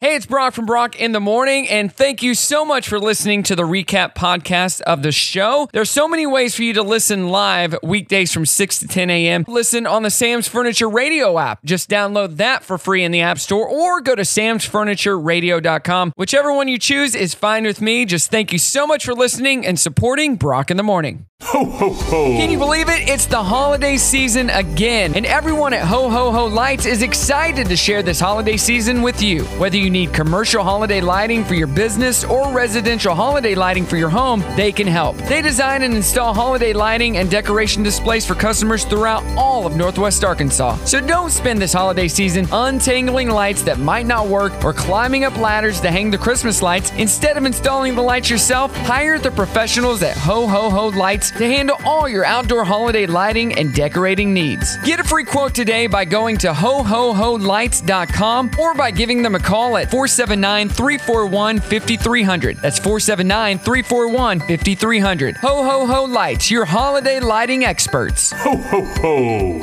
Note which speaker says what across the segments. Speaker 1: Hey, it's Brock from Brock in the Morning, and thank you so much for listening to the recap podcast of the show. There's so many ways for you to listen live weekdays from 6 to 10 a.m. Listen on the Sam's Furniture Radio app. Just download that for free in the App Store or go to samsfurnitureradio.com. Whichever one you choose is fine with me. Just thank you so much for listening and supporting Brock in the Morning.
Speaker 2: Ho, ho, ho.
Speaker 1: Can you believe it? It's the holiday season again, and everyone at Ho Ho Ho Lights is excited to share this holiday season with you. Whether you need commercial holiday lighting for your business or residential holiday lighting for your home, they can help. They design and install holiday lighting and decoration displays for customers throughout all of Northwest Arkansas. So don't spend this holiday season untangling lights that might not work or climbing up ladders to hang the Christmas lights. Instead of installing the lights yourself, hire the professionals at Ho Ho Ho Lights to handle all your outdoor holiday lighting and decorating needs. Get a free quote today by going to hohoholights.com or by giving them a call at 479 341 5300. That's 479 341 5300. Ho Ho Ho Lights, your holiday lighting experts.
Speaker 2: Ho, ho, ho.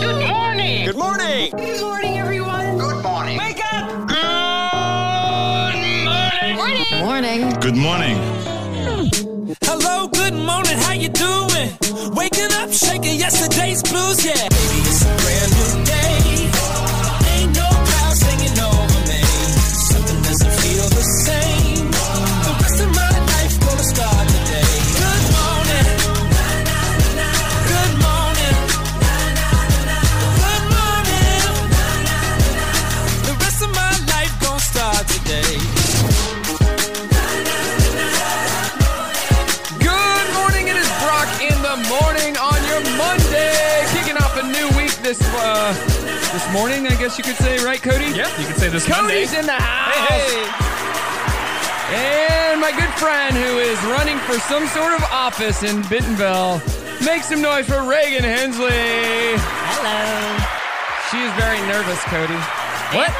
Speaker 3: Good morning. Good morning.
Speaker 4: Good morning, everyone.
Speaker 3: Good morning.
Speaker 4: Wake up.
Speaker 3: Good morning.
Speaker 4: Morning.
Speaker 2: Good morning.
Speaker 5: Hello, good morning, how you doing? Waking up, shaking yesterday's blues, yeah. Baby, it's a brand new day. Ain't no clouds hanging over me. Something doesn't feel the same. The rest of my life gonna start today. Good morning. Good morning. Good morning. The rest of my life gonna start today.
Speaker 1: Good morning. It is Brock in the morning on your Monday, kicking off a new week this uh, this morning. I guess you could say, right, Cody?
Speaker 6: Yeah, you could say this
Speaker 1: Cody's
Speaker 6: Monday.
Speaker 1: in the house. And my good friend who is running for some sort of office in Bentonville, make some noise for Reagan Hensley. Hello. She is very nervous, Cody.
Speaker 7: What?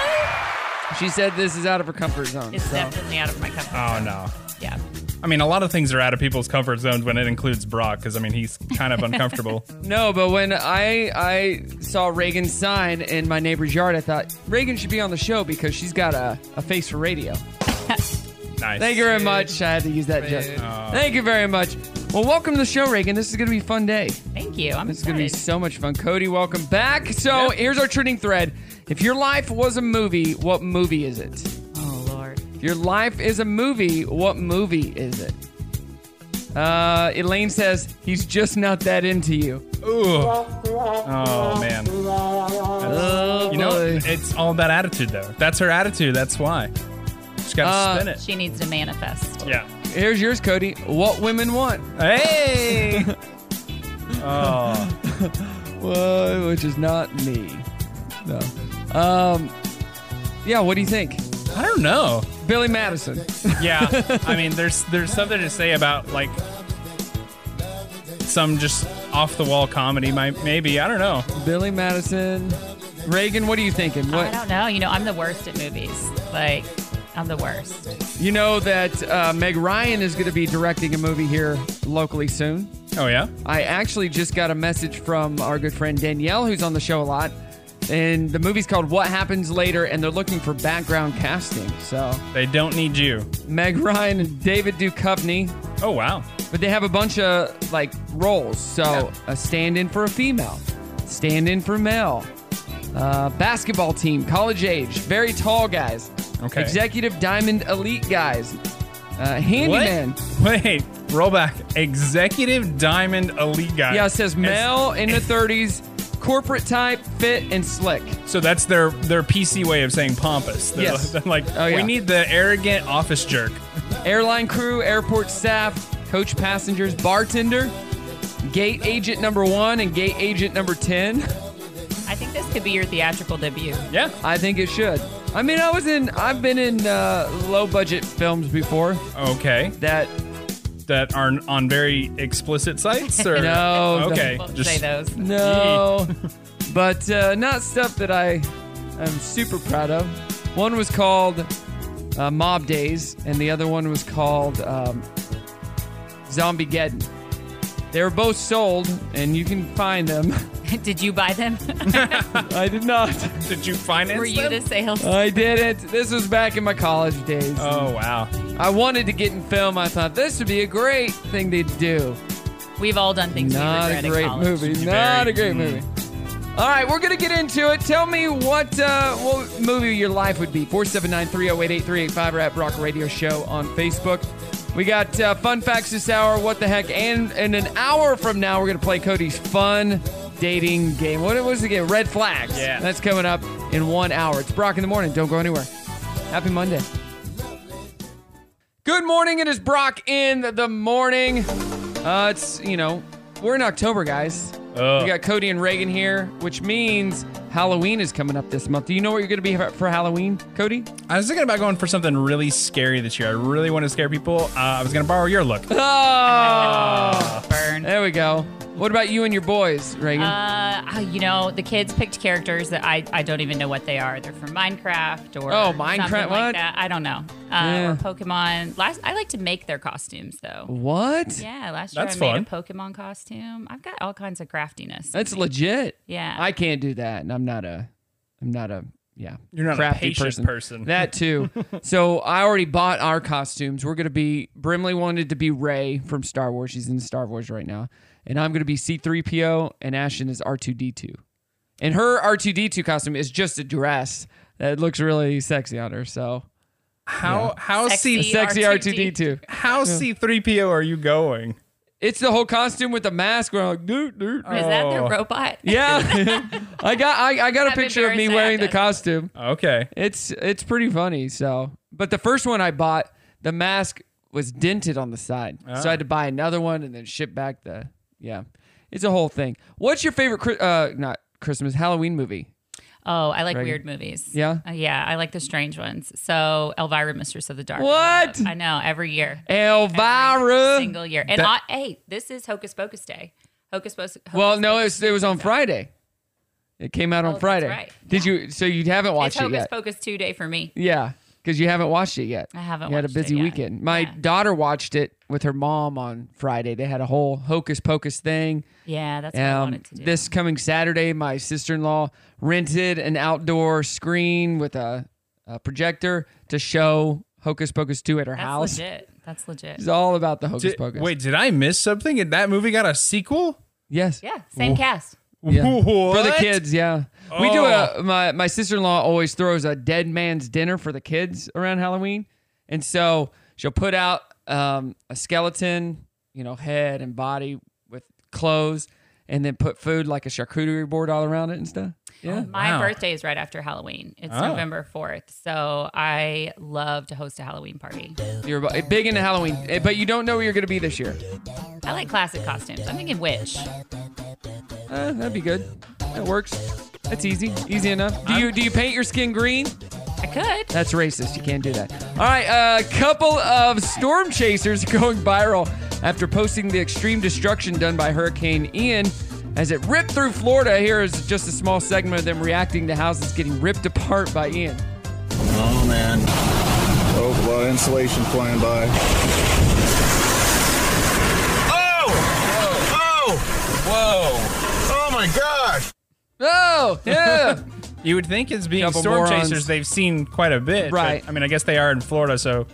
Speaker 1: She said this is out of her comfort zone.
Speaker 7: It's
Speaker 1: so.
Speaker 7: definitely out of my comfort.
Speaker 6: Oh no.
Speaker 7: Yeah.
Speaker 6: I mean, a lot of things are out of people's comfort zones when it includes Brock, because I mean, he's kind of uncomfortable.
Speaker 1: No, but when I I saw Reagan's sign in my neighbor's yard, I thought Reagan should be on the show because she's got a, a face for radio.
Speaker 6: nice.
Speaker 1: Thank you very much. I had to use that joke. Thank you very much. Well, welcome to the show, Reagan. This is going to be a fun day.
Speaker 7: Thank you. I'm
Speaker 1: This is going to be
Speaker 7: excited.
Speaker 1: so much fun. Cody, welcome back. So
Speaker 6: Yep.
Speaker 1: here's our trending thread. If your life was a movie, what movie is it?
Speaker 7: oh Lord.
Speaker 1: If your life is a movie, what movie is it? Uh, Elaine says, he's just not that into you.
Speaker 6: Ooh. Oh man. That's- you know,
Speaker 1: boy.
Speaker 6: it's all about attitude, though. That's her attitude. That's why. She's got to
Speaker 1: Uh,
Speaker 6: spin it.
Speaker 7: She needs to manifest.
Speaker 6: yeah.
Speaker 1: Here's yours, Cody. What women want.
Speaker 6: Hey. oh.
Speaker 1: Well, which is not me. No. Um, yeah, what do you think?
Speaker 6: I don't know.
Speaker 1: Billy Madison.
Speaker 6: Yeah. I mean, there's there's something to say about like some just off the wall comedy. Might maybe I don't know.
Speaker 1: Billy Madison. Reagan, what are you thinking?
Speaker 7: I
Speaker 1: What
Speaker 7: don't know. You know, I'm the worst at movies. Like, I'm the worst.
Speaker 1: you know that uh, Meg Ryan is going to be directing a movie here locally soon.
Speaker 6: Oh yeah.
Speaker 1: I actually just got a message from our good friend Danielle, who's on the show a lot, and the movie's called What Happens Later, and they're looking for background casting. So
Speaker 6: They don't need you.
Speaker 1: Meg Ryan and David Duchovny,
Speaker 6: Oh wow.
Speaker 1: But they have a bunch of like roles. So a stand in for a female, stand in for male, uh, basketball team, college age, very tall guys,
Speaker 6: Okay.
Speaker 1: executive diamond elite guys, uh, handyman.
Speaker 6: Wait, roll back. Executive Diamond Elite Guy.
Speaker 1: Yeah, it says male in the 30s, corporate type, fit and slick.
Speaker 6: So that's their their PC way of saying pompous. They're,
Speaker 1: Yes.
Speaker 6: they're like,
Speaker 1: Oh, yeah.
Speaker 6: we need the arrogant office jerk.
Speaker 1: Airline crew, airport staff, coach passengers, bartender, gate agent number one and gate agent number 10.
Speaker 7: I think this could be your theatrical debut.
Speaker 6: Yeah.
Speaker 1: I think it should. I mean, I was in. I've been in uh, low budget films before.
Speaker 6: Okay.
Speaker 1: That
Speaker 6: That are on very explicit sites. Or?
Speaker 1: No,
Speaker 6: Okay.
Speaker 7: Won't
Speaker 6: Just
Speaker 7: say those.
Speaker 1: no, but uh, not stuff that I am super proud of. One was called uh, Mob Days, and the other one was called um, Zombie Geddon. They were both sold, and you can find them
Speaker 7: Did you buy them?
Speaker 1: I did not.
Speaker 6: Did you finance
Speaker 7: Were you
Speaker 6: them?
Speaker 7: the sales?
Speaker 1: I didn't. This was back in my college days.
Speaker 6: oh wow.
Speaker 1: I wanted to get in film. I thought this would be a great thing to do.
Speaker 7: We've all done things
Speaker 1: Not
Speaker 7: we
Speaker 1: a
Speaker 7: regret
Speaker 1: great
Speaker 7: in college.
Speaker 1: movie. Not
Speaker 6: You buried-
Speaker 1: a great
Speaker 6: Mm.
Speaker 1: movie. All right, we're gonna get into it. Tell me what uh, what movie your life would be. Four seven nine three zero eight eight three eight five or at Brock Radio Show on Facebook. We got uh, fun facts this hour. What the heck? And in an hour from now, we're gonna play Cody's fun dating game. What was it again? Red flags.
Speaker 6: Yeah.
Speaker 1: that's coming up in one hour. It's Brock in the morning. Don't go anywhere. Happy Monday. Good morning. It is Brock in the morning. Uh, it's you know we're in October, guys.
Speaker 6: Ugh.
Speaker 1: We got Cody and Reagan here, which means Halloween is coming up this month. Do you know what you're going to be for- for Halloween, Cody?
Speaker 6: I was thinking about going for something really scary this year. I really want to scare people. Uh, I was gonna borrow your look.
Speaker 1: Oh,
Speaker 7: Burn. Uh,
Speaker 1: there we go. What about you and your boys, Reagan?
Speaker 7: ah, you know, the kids picked characters that I, I don't even know what they are. They're from Minecraft or
Speaker 1: Oh,
Speaker 7: something
Speaker 1: Minecraft,
Speaker 7: like
Speaker 1: what?
Speaker 7: that. I don't know. Uh,
Speaker 1: Yeah.
Speaker 7: Or Pokemon. Last, I like to make their costumes though.
Speaker 1: what?
Speaker 7: Yeah, last year
Speaker 6: That's
Speaker 7: I made a Pokemon costume. I've got all kinds of craftiness.
Speaker 1: That's legit.
Speaker 7: Yeah.
Speaker 1: I can't do that, and I'm not a, I'm not a, yeah.
Speaker 6: You're not a
Speaker 1: crafty
Speaker 6: patient person.
Speaker 1: That too. so I already bought our costumes. We're gonna be Brimley wanted to be Ray from Star Wars. She's in Star Wars right now, and I'm gonna be C-3PO, and Ashton is R2D2, and her R2D2 costume is just a dress that looks really sexy on her. So
Speaker 6: How how
Speaker 7: Sexy.
Speaker 6: C
Speaker 1: sexy
Speaker 7: R2D2.
Speaker 1: R2D2.
Speaker 6: how C three PO are you going?
Speaker 1: It's the whole costume with the mask. We're like, dude, dude.
Speaker 7: Is that their
Speaker 6: Oh.
Speaker 7: robot?
Speaker 1: Yeah, I got I, I got a
Speaker 7: I'm
Speaker 1: picture of me
Speaker 7: embarrassed I
Speaker 1: wearing
Speaker 7: have
Speaker 1: the
Speaker 7: that.
Speaker 1: costume.
Speaker 6: Okay.
Speaker 1: It's it's pretty funny. So, but the first one I bought, the mask was dented on the side, so I had to buy another one and then ship back the. Yeah, it's a whole thing. What's your favorite? Chri- Uh, not Christmas, Halloween movie.
Speaker 7: Oh, I like
Speaker 1: Reagan.
Speaker 7: weird movies.
Speaker 1: Yeah?
Speaker 7: Uh, yeah, I like the strange ones. So, Elvira, Mistress of the Dark. I
Speaker 1: What? Uh,
Speaker 7: love. I know, every year.
Speaker 1: Elvira.
Speaker 7: Single year. And
Speaker 6: That-
Speaker 7: I, hey, this is Hocus Pocus Day. Hocus Pocus. Hocus
Speaker 1: well, no, it
Speaker 7: Pocus
Speaker 1: was, it was on Friday. It came out on
Speaker 7: Oh, that's
Speaker 1: Friday.
Speaker 7: right.
Speaker 1: Did you? So you haven't
Speaker 7: It's
Speaker 1: watched it
Speaker 7: Hocus
Speaker 1: yet?
Speaker 7: Pocus 2 day for me.
Speaker 1: Yeah, because you haven't watched it yet.
Speaker 7: I haven't
Speaker 1: You had a
Speaker 7: watched it
Speaker 1: busy
Speaker 7: yet.
Speaker 1: weekend. My
Speaker 7: Yeah.
Speaker 1: daughter watched it with her mom on Friday. They had a whole hocus pocus thing.
Speaker 7: Yeah, that's what I
Speaker 1: Um,
Speaker 7: wanted to do.
Speaker 1: this coming Saturday, my sister in law rented an outdoor screen with a, a projector to show Hocus Pocus 2 at her
Speaker 7: that's
Speaker 1: house.
Speaker 7: legit. That's legit.
Speaker 1: It's all about the Hocus
Speaker 6: Did-
Speaker 1: Pocus.
Speaker 6: wait, did I miss something? And that movie got a sequel?
Speaker 1: Yes.
Speaker 7: Yeah, same cast.
Speaker 1: For the
Speaker 6: What?
Speaker 1: kids, yeah. We do a
Speaker 6: Oh.
Speaker 1: my my sister in law always throws a dead man's dinner for the kids around Halloween, and so she'll put out um, a skeleton, you know, head and body with clothes, and then put food like a charcuterie board all around it and stuff. Yeah.
Speaker 7: My
Speaker 6: Wow.
Speaker 7: birthday is right after Halloween. It's November 4th. So, I love to host a Halloween party.
Speaker 1: You're bu- big into Halloween, eh, but you don't know where you're going to be this year.
Speaker 7: I like classic costumes. I'm thinking witch.
Speaker 1: Uh, that'd be good. That works. That's easy, easy enough. Do you do you paint your skin green?
Speaker 7: I could.
Speaker 1: That's racist. You can't do that. All right, a couple of storm chasers going viral after posting the extreme destruction done by Hurricane Ian as it ripped through Florida. Here is just a small segment of them reacting to houses getting ripped apart by Ian.
Speaker 8: Oh man. Oh, a lot of insulation flying by.
Speaker 3: Oh! Oh! Whoa! Oh my gosh!
Speaker 1: Oh, yeah.
Speaker 6: You would think it's being
Speaker 1: Couple
Speaker 6: storm
Speaker 1: morons.
Speaker 6: chasers, they've seen quite a bit. but,
Speaker 1: Right.
Speaker 6: I mean, I guess they are in Florida, so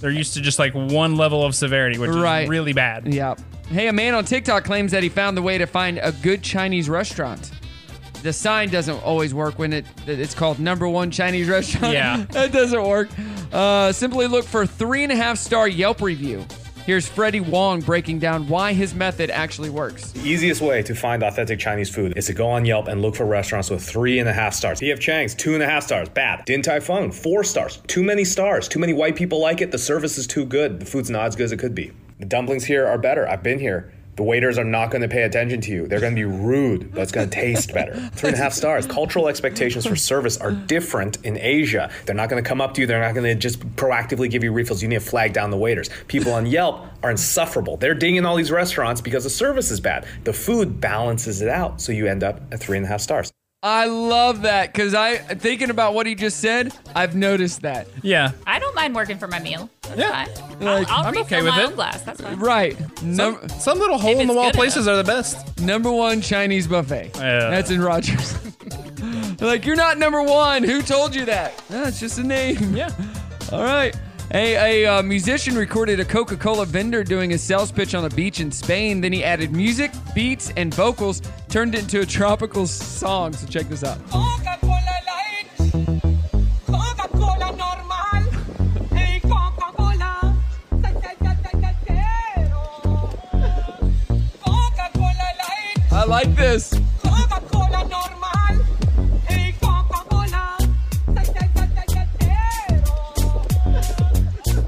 Speaker 6: they're used to just like one level of severity, which
Speaker 1: Right.
Speaker 6: is really bad.
Speaker 1: yep. Hey, a man on TikTok claims that he found the way to find a good Chinese restaurant. The sign doesn't always work when it it's called number one Chinese restaurant.
Speaker 6: Yeah.
Speaker 1: that doesn't work. Uh, simply look for three and a half star Yelp review. Here's Freddie Wong breaking down why his method actually works.
Speaker 9: The easiest way to find authentic Chinese food is to go on Yelp and look for restaurants with three and a half stars. P.F. Chang's, two and a half stars. Bad. Din Tai Fung, four stars. Too many stars. Too many white people like it. The service is too good. The food's not as good as it could be. The dumplings here are better. I've been here. The waiters are not going to pay attention to you. They're going to be rude, but it's going to taste better. Three and a half stars. Cultural expectations for service are different in Asia. They're not going to come up to you. They're not going to just proactively give you refills. You need to flag down the waiters. People on Yelp are insufferable. They're dinging all these restaurants because the service is bad. The food balances it out, so you end up at three and a half stars.
Speaker 1: I love that because I thinking about what he just said. I've noticed that.
Speaker 6: Yeah.
Speaker 7: I don't mind working for my meal. That's
Speaker 6: Yeah.
Speaker 7: fine.
Speaker 1: Like,
Speaker 7: I'll, I'll
Speaker 6: I'm
Speaker 7: refill
Speaker 6: okay with
Speaker 7: my
Speaker 6: it.
Speaker 7: own glass. That's fine.
Speaker 1: Right. Num-
Speaker 6: Some, some little hole in the wall
Speaker 7: it's good
Speaker 6: places are the best.
Speaker 1: number one Chinese buffet.
Speaker 6: Yeah.
Speaker 1: That's in Rogers. like you're not number one. Who told you that? No, it's just a name.
Speaker 6: Yeah.
Speaker 1: All right. A, a uh, musician recorded a Coca Cola vendor doing a sales pitch on a beach in Spain. Then he added music, beats, and vocals, turned it into a tropical song. So check this out.
Speaker 10: Coca-Cola Light, Coca-Cola normal, y Coca-Cola. Te, te, te, te, te quiero. Coca-Cola Light,
Speaker 1: I like this.
Speaker 10: Coca-Cola normal, y Coca-Cola. Te, te, te, te, te quiero.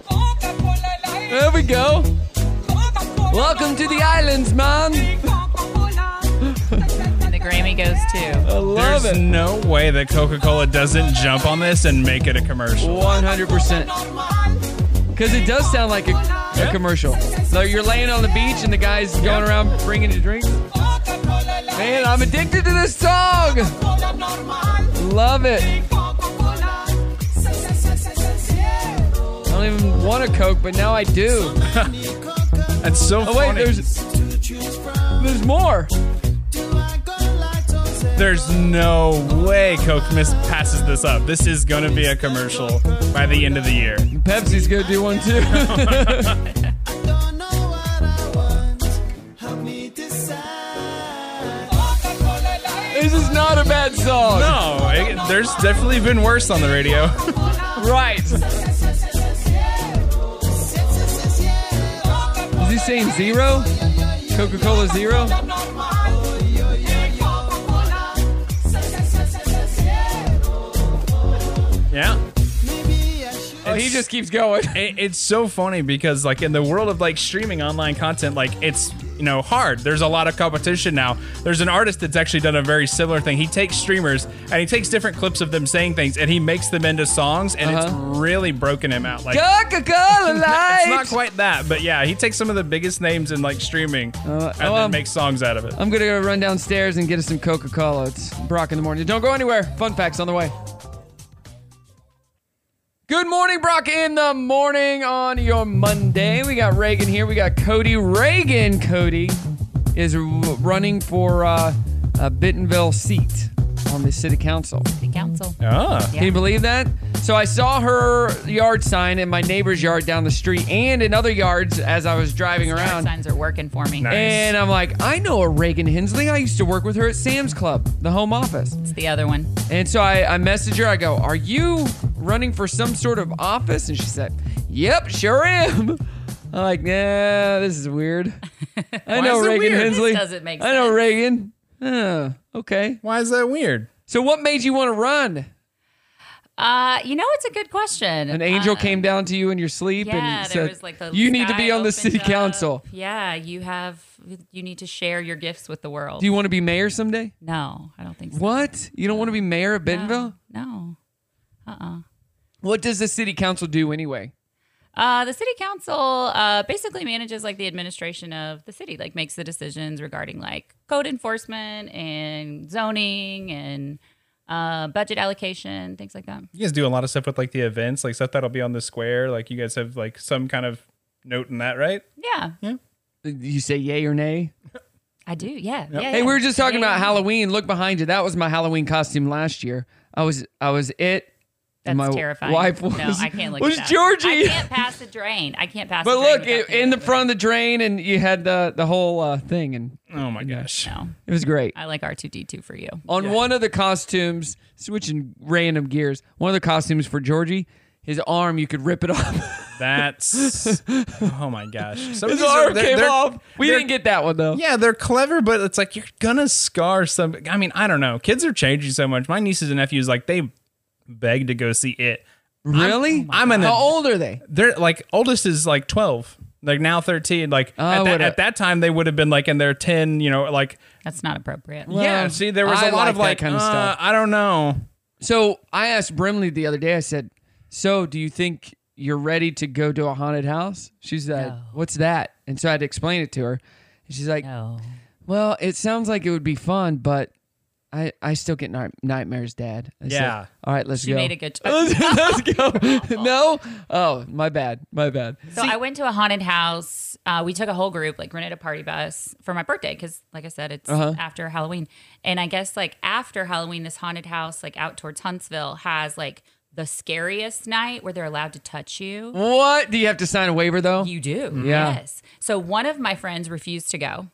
Speaker 10: Coca-Cola Light,
Speaker 1: There we go.
Speaker 10: Coca-Cola
Speaker 1: Welcome to the
Speaker 10: normal,
Speaker 1: islands, man.
Speaker 10: y Coca-Cola. Te, te, te,
Speaker 7: And the
Speaker 10: te
Speaker 7: Grammy goes
Speaker 1: I
Speaker 7: too.
Speaker 1: love
Speaker 6: There's
Speaker 1: it.
Speaker 6: no way that Coca Cola doesn't jump on this and make it a commercial.
Speaker 1: 100%.
Speaker 10: normal.
Speaker 1: Because it does sound like a, a
Speaker 6: Yeah.
Speaker 1: commercial. So you're laying on the beach and the guy's going around bringing you drinks.
Speaker 10: Coca-Cola Light.
Speaker 1: Man, I'm addicted to this song.
Speaker 10: Cola normal
Speaker 1: Love it.
Speaker 10: y Coca-Cola. Se, se, se, se, se, cero.
Speaker 1: I don't even want a Coke, but now I do.
Speaker 6: That's so
Speaker 1: Oh, wait,
Speaker 6: funny.
Speaker 1: there's, there's more.
Speaker 6: There's no way Coke miss passes this up. This is going to be a commercial by the end of the year.
Speaker 1: Pepsi's gonna do one too.
Speaker 10: Coca-Cola Light,
Speaker 1: this is not a bad song.
Speaker 6: No, it- there's definitely been worse on the radio.
Speaker 1: Right. Is
Speaker 10: se, se, se, se, cero. Se, se, se, cero. Coca-Cola
Speaker 1: he saying zero? Coca Cola zero?
Speaker 10: normal y Coca-Cola. Se, se, se, se, se, cero.
Speaker 6: Yeah.
Speaker 1: Oh, he just keeps going.
Speaker 6: It, it's so funny because like in the world of like streaming online content, like it's you know hard. There's a lot of competition now. There's an artist that's actually done a very similar thing. He takes streamers and he takes different clips of them saying things and he makes them into songs and
Speaker 1: Uh-huh.
Speaker 6: it's really broken him out. Like
Speaker 1: Coca Cola
Speaker 6: it's not
Speaker 1: Light.
Speaker 6: quite that, but yeah, he takes some of the biggest names in like streaming and
Speaker 1: oh,
Speaker 6: then
Speaker 1: um,
Speaker 6: makes songs out of it.
Speaker 1: I'm gonna go run downstairs and get us some Coca Cola. It's Brock in the morning. Don't go anywhere. Fun facts on the way. Good morning, Brock in the morning on your Monday. We got Reagan here. We got Cody. Reagan, Cody, is r- running for uh, a Bentonville seat on the city council.
Speaker 7: The council.
Speaker 6: Ah,
Speaker 7: Yeah.
Speaker 1: Can you believe that? So I saw her yard sign in my neighbor's yard down the street and in other yards as I was driving
Speaker 7: Yard
Speaker 1: around.
Speaker 7: signs are working for me.
Speaker 6: Nice.
Speaker 1: And I'm like, I know a Reagan Hensley. I used to work with her at Sam's Club, the home office.
Speaker 7: It's the other one.
Speaker 1: And so I, I message her. I go, Are you running for some sort of office? And she said, Yep, sure am. I'm like, Nah, this is weird. I know
Speaker 6: is it
Speaker 1: Reagan
Speaker 6: weird?
Speaker 1: Hensley.
Speaker 7: This doesn't make
Speaker 1: I know
Speaker 7: sense.
Speaker 1: Reagan. Huh, okay.
Speaker 6: why is that weird?
Speaker 1: So what made you want to run?
Speaker 7: Uh, you know, it's a good question.
Speaker 1: An angel came down to you in your sleep
Speaker 7: Uh, Yeah,
Speaker 1: and
Speaker 7: there
Speaker 1: said,
Speaker 7: was like the
Speaker 1: You need to
Speaker 7: sky
Speaker 1: be on the
Speaker 7: opened
Speaker 1: city
Speaker 7: up.
Speaker 1: council.
Speaker 7: Yeah, you have. You need to share your gifts with the world.
Speaker 1: Do you want to be mayor someday?
Speaker 7: no, I don't think so.
Speaker 1: What? You don't want to be mayor of Bentonville?
Speaker 7: No.
Speaker 1: What does the city council do anyway?
Speaker 7: Uh, the city council uh, basically manages like the administration of the city, like makes the decisions regarding like code enforcement and zoning and uh, budget allocation, things like that.
Speaker 6: You guys do a lot of stuff with like the events, like stuff that'll be on the square. Like you guys have like some kind of note in that, right?
Speaker 7: Yeah,
Speaker 1: Uh, You say yay or nay?
Speaker 7: I do. Yeah, yeah.
Speaker 1: Hey, we were just talking about
Speaker 7: Yeah.
Speaker 1: Halloween. Look behind you. That was my Halloween costume last year. I was I was it.
Speaker 7: That's
Speaker 1: and my
Speaker 7: terrifying.
Speaker 1: wife was
Speaker 7: no, I can't look.
Speaker 1: was
Speaker 7: at that.
Speaker 1: Georgie.
Speaker 7: I can't pass the drain. I can't pass.
Speaker 1: but
Speaker 7: the drain
Speaker 1: look,
Speaker 7: without
Speaker 1: it,
Speaker 7: thinking
Speaker 1: in the
Speaker 7: about
Speaker 1: front of the drain, and you had the the whole uh, thing, and
Speaker 6: Oh my gosh.
Speaker 7: it. No,
Speaker 1: it was great.
Speaker 7: I like R two D two for you.
Speaker 1: On one of the costumes, switching random gears, one of the costumes for Georgie, his arm you could rip it off.
Speaker 6: That's oh my gosh. Some of
Speaker 1: his
Speaker 6: these are-
Speaker 1: arm
Speaker 6: they're-
Speaker 1: came
Speaker 6: they're-
Speaker 1: off. We
Speaker 6: they're-
Speaker 1: didn't get that one though.
Speaker 6: Yeah, they're clever, but it's like you're gonna scar some. I mean, I don't know. Kids are changing so much. My nieces and nephews, like they beg to go see it.
Speaker 1: Really?
Speaker 6: I'm an
Speaker 1: Oh How
Speaker 6: adult.
Speaker 1: old are they?
Speaker 6: They're like oldest is like twelve. Like now thirteen. Like at, that,
Speaker 1: Oh, what a-
Speaker 6: at that time they would have been like in their ten. You know, like
Speaker 7: That's not appropriate.
Speaker 6: yeah.
Speaker 1: Well,
Speaker 6: See, there was a
Speaker 1: I
Speaker 6: lot
Speaker 1: like
Speaker 6: of
Speaker 1: that
Speaker 6: like
Speaker 1: kind of
Speaker 6: uh,
Speaker 1: stuff.
Speaker 6: I don't know.
Speaker 1: So I asked Brimley the other day, I said, So do you think you're ready to go to a haunted house? She said,
Speaker 7: No.
Speaker 1: What's that? And so I had to explain it to her. And she's like,
Speaker 7: No.
Speaker 1: Well, it sounds like it would be fun, but I, I still get night- nightmares, Dad. I said,
Speaker 6: Yeah.
Speaker 1: All right, let's
Speaker 7: She
Speaker 1: go.
Speaker 7: made a good choice.
Speaker 1: let's go. no. Oh, my bad. My bad.
Speaker 7: So I went to a haunted house. Uh, we took a whole group, like rented a party bus for my birthday because, like I said, it's after Halloween. And I guess like after Halloween, this haunted house, like out towards Huntsville, has like the scariest night where they're allowed to touch you.
Speaker 1: What? Do you have to sign a waiver though?
Speaker 7: You do.
Speaker 1: Yeah.
Speaker 7: Yes. So one of my friends refused to go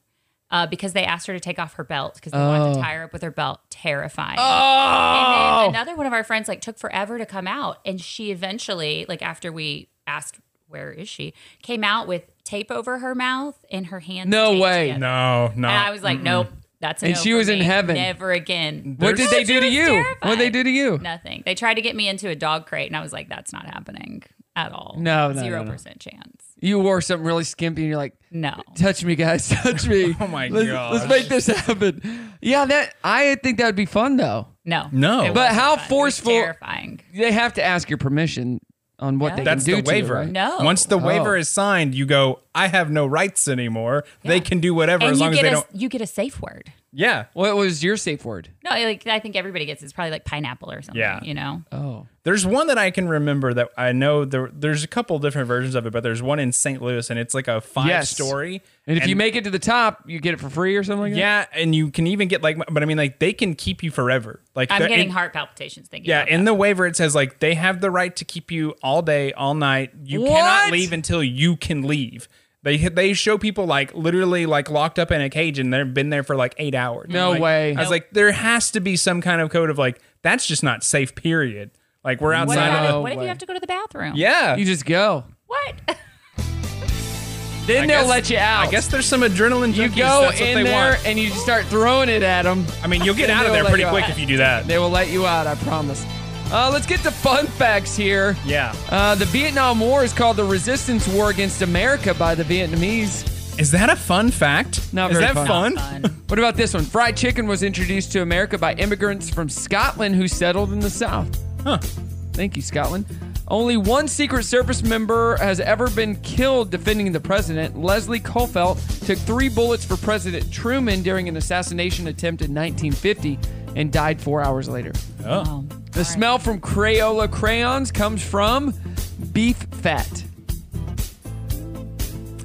Speaker 7: uh, because they asked her to take off her belt because they
Speaker 1: Oh.
Speaker 7: wanted to tie her up with her belt. Terrifying. And then another one of our friends like took forever to come out, and she eventually, like after we asked where is she, came out with tape over her mouth and her hands.
Speaker 1: No
Speaker 7: taped
Speaker 1: way.
Speaker 7: together.
Speaker 6: No, Oh, no.
Speaker 7: And I was like, nope. That's a
Speaker 1: And
Speaker 7: no
Speaker 1: she
Speaker 7: for
Speaker 1: was in
Speaker 7: me.
Speaker 1: heaven.
Speaker 7: Never again.
Speaker 1: what did
Speaker 7: No,
Speaker 1: they
Speaker 7: she
Speaker 1: do to
Speaker 7: was
Speaker 1: you? What did they
Speaker 7: terrified.
Speaker 1: do to you?
Speaker 7: Nothing. They tried to get me into a dog crate, and I was like, that's not happening at all.
Speaker 1: No, no, no,
Speaker 7: zero
Speaker 1: no.
Speaker 7: percent chance.
Speaker 1: You wore something really skimpy, and you're like,
Speaker 7: No.
Speaker 1: "Touch me, guys, touch me."
Speaker 6: Oh my
Speaker 1: let's,
Speaker 6: gosh.
Speaker 1: Let's make this happen. Yeah, that I think that would be fun though.
Speaker 7: No.
Speaker 6: No.
Speaker 7: It
Speaker 6: But
Speaker 7: wasn't
Speaker 1: how
Speaker 7: fun. It was
Speaker 1: forceful-
Speaker 7: terrifying.
Speaker 1: They have to ask your permission on what
Speaker 7: No.
Speaker 1: they
Speaker 6: That's
Speaker 1: can do
Speaker 6: the
Speaker 1: to you,
Speaker 6: waiver.
Speaker 1: right?
Speaker 7: No.
Speaker 6: Once the waiver
Speaker 1: Oh.
Speaker 6: is signed, you go, I have no rights anymore. They can do whatever
Speaker 7: And
Speaker 6: as
Speaker 7: you
Speaker 6: long as
Speaker 7: get
Speaker 6: they
Speaker 7: a
Speaker 6: don't.
Speaker 7: you get a safe word.
Speaker 6: Yeah.
Speaker 1: What was your safe word?
Speaker 7: No, like I think everybody gets it's probably like pineapple or something.
Speaker 6: Yeah.
Speaker 7: You know.
Speaker 1: Oh,
Speaker 6: There's one that I can remember that I know there, there's a couple different versions of it, but there's one in St. Louis and it's like a five
Speaker 1: Yes.
Speaker 6: story.
Speaker 1: and if you make it to the top, you get it for free or something. Like
Speaker 6: Yeah, and you can even get like, but I mean, like they can keep you forever. Like
Speaker 7: I'm
Speaker 6: the-
Speaker 7: getting
Speaker 6: in-
Speaker 7: heart palpitations thinking.
Speaker 6: Yeah,
Speaker 7: about
Speaker 6: in
Speaker 7: that.
Speaker 6: the waiver it says like they have the right to keep you all day, all night. You cannot
Speaker 1: What?
Speaker 6: leave until you can leave. They they show people like literally like locked up in a cage and they've been there for like eight hours.
Speaker 1: No
Speaker 6: Like,
Speaker 1: way.
Speaker 6: I was like, there has to be some kind of code of like that's just not safe. Period. Like we're
Speaker 7: what,
Speaker 6: outside.
Speaker 7: about
Speaker 6: of
Speaker 1: No
Speaker 7: it- what if
Speaker 1: way.
Speaker 7: you have to go to the bathroom?
Speaker 6: Yeah.
Speaker 1: that. You just go.
Speaker 7: What?
Speaker 1: Then
Speaker 6: I
Speaker 1: they'll
Speaker 6: guess-
Speaker 1: let you out.
Speaker 6: I guess there's some adrenaline.
Speaker 1: you
Speaker 6: junkies.
Speaker 1: go
Speaker 6: That's what
Speaker 1: in
Speaker 6: they
Speaker 1: there
Speaker 6: want.
Speaker 1: and you just start throwing it at them.
Speaker 6: I mean, you'll get out of
Speaker 1: they'll
Speaker 6: there
Speaker 1: let
Speaker 6: pretty
Speaker 1: you
Speaker 6: quick
Speaker 1: out.
Speaker 6: if you do that.
Speaker 1: They will let you out, I promise. Uh, let's get to fun facts here.
Speaker 6: Yeah.
Speaker 1: Uh, the Vietnam War is called the Resistance War Against America by the Vietnamese.
Speaker 6: Is that a fun fact?
Speaker 1: Not
Speaker 6: Is
Speaker 1: very
Speaker 6: that fun?
Speaker 1: fun. What about this one? Fried chicken was introduced to America by immigrants from Scotland who settled in the South.
Speaker 6: Huh.
Speaker 1: Thank you, Scotland. Only one Secret Service member has ever been killed defending the president. Leslie Colfelt took three bullets for President Truman during an assassination attempt in 1950 and died four hours later.
Speaker 7: Oh.
Speaker 1: The smell from Crayola crayons comes from beef fat.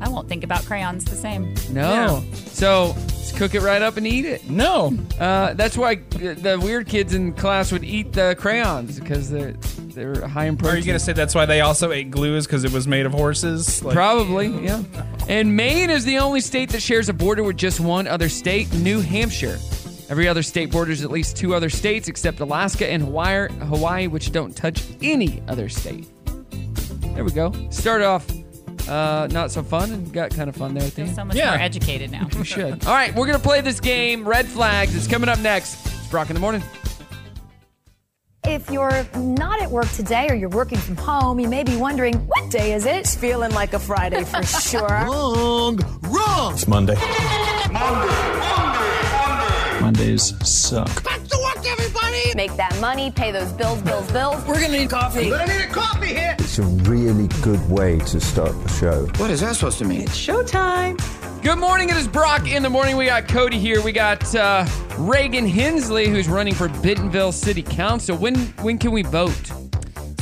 Speaker 7: I won't think about crayons the same.
Speaker 1: No. So just cook it right up and eat it.
Speaker 6: No.
Speaker 1: Uh, that's why uh, the weird kids in class would eat the crayons because they're they're high in protein.
Speaker 6: Are you gonna say that's why they also ate glue is because it was made of horses? Like,
Speaker 1: Probably, yeah. And Maine is the only state that shares a border with just one other state, New Hampshire. Every other state borders at least two other states except Alaska and Hawaii, Hawaii which don't touch any other state. There we go. Started off uh, not so fun and got kind of fun there at the
Speaker 7: I'm
Speaker 1: end.
Speaker 7: so much
Speaker 6: Yeah.
Speaker 7: more educated now.
Speaker 1: You should. All right, we're going to play this game, Red Flags. It's coming up next. It's Brock in the morning.
Speaker 11: If you're not at work today or you're working from home, you may be wondering, what day is it? It's feeling like a Friday for sure.
Speaker 8: It's Monday. Mondays suck.
Speaker 11: Make that money, pay those bills, bills, bills. We're gonna need coffee.
Speaker 5: It's a really good way to start the show.
Speaker 3: What is that supposed to mean?
Speaker 1: Good morning. It is Brock in the morning. We got Cody here. We got uh, Reagan Hensley, who's running for Bentonville City Council. When when can we vote?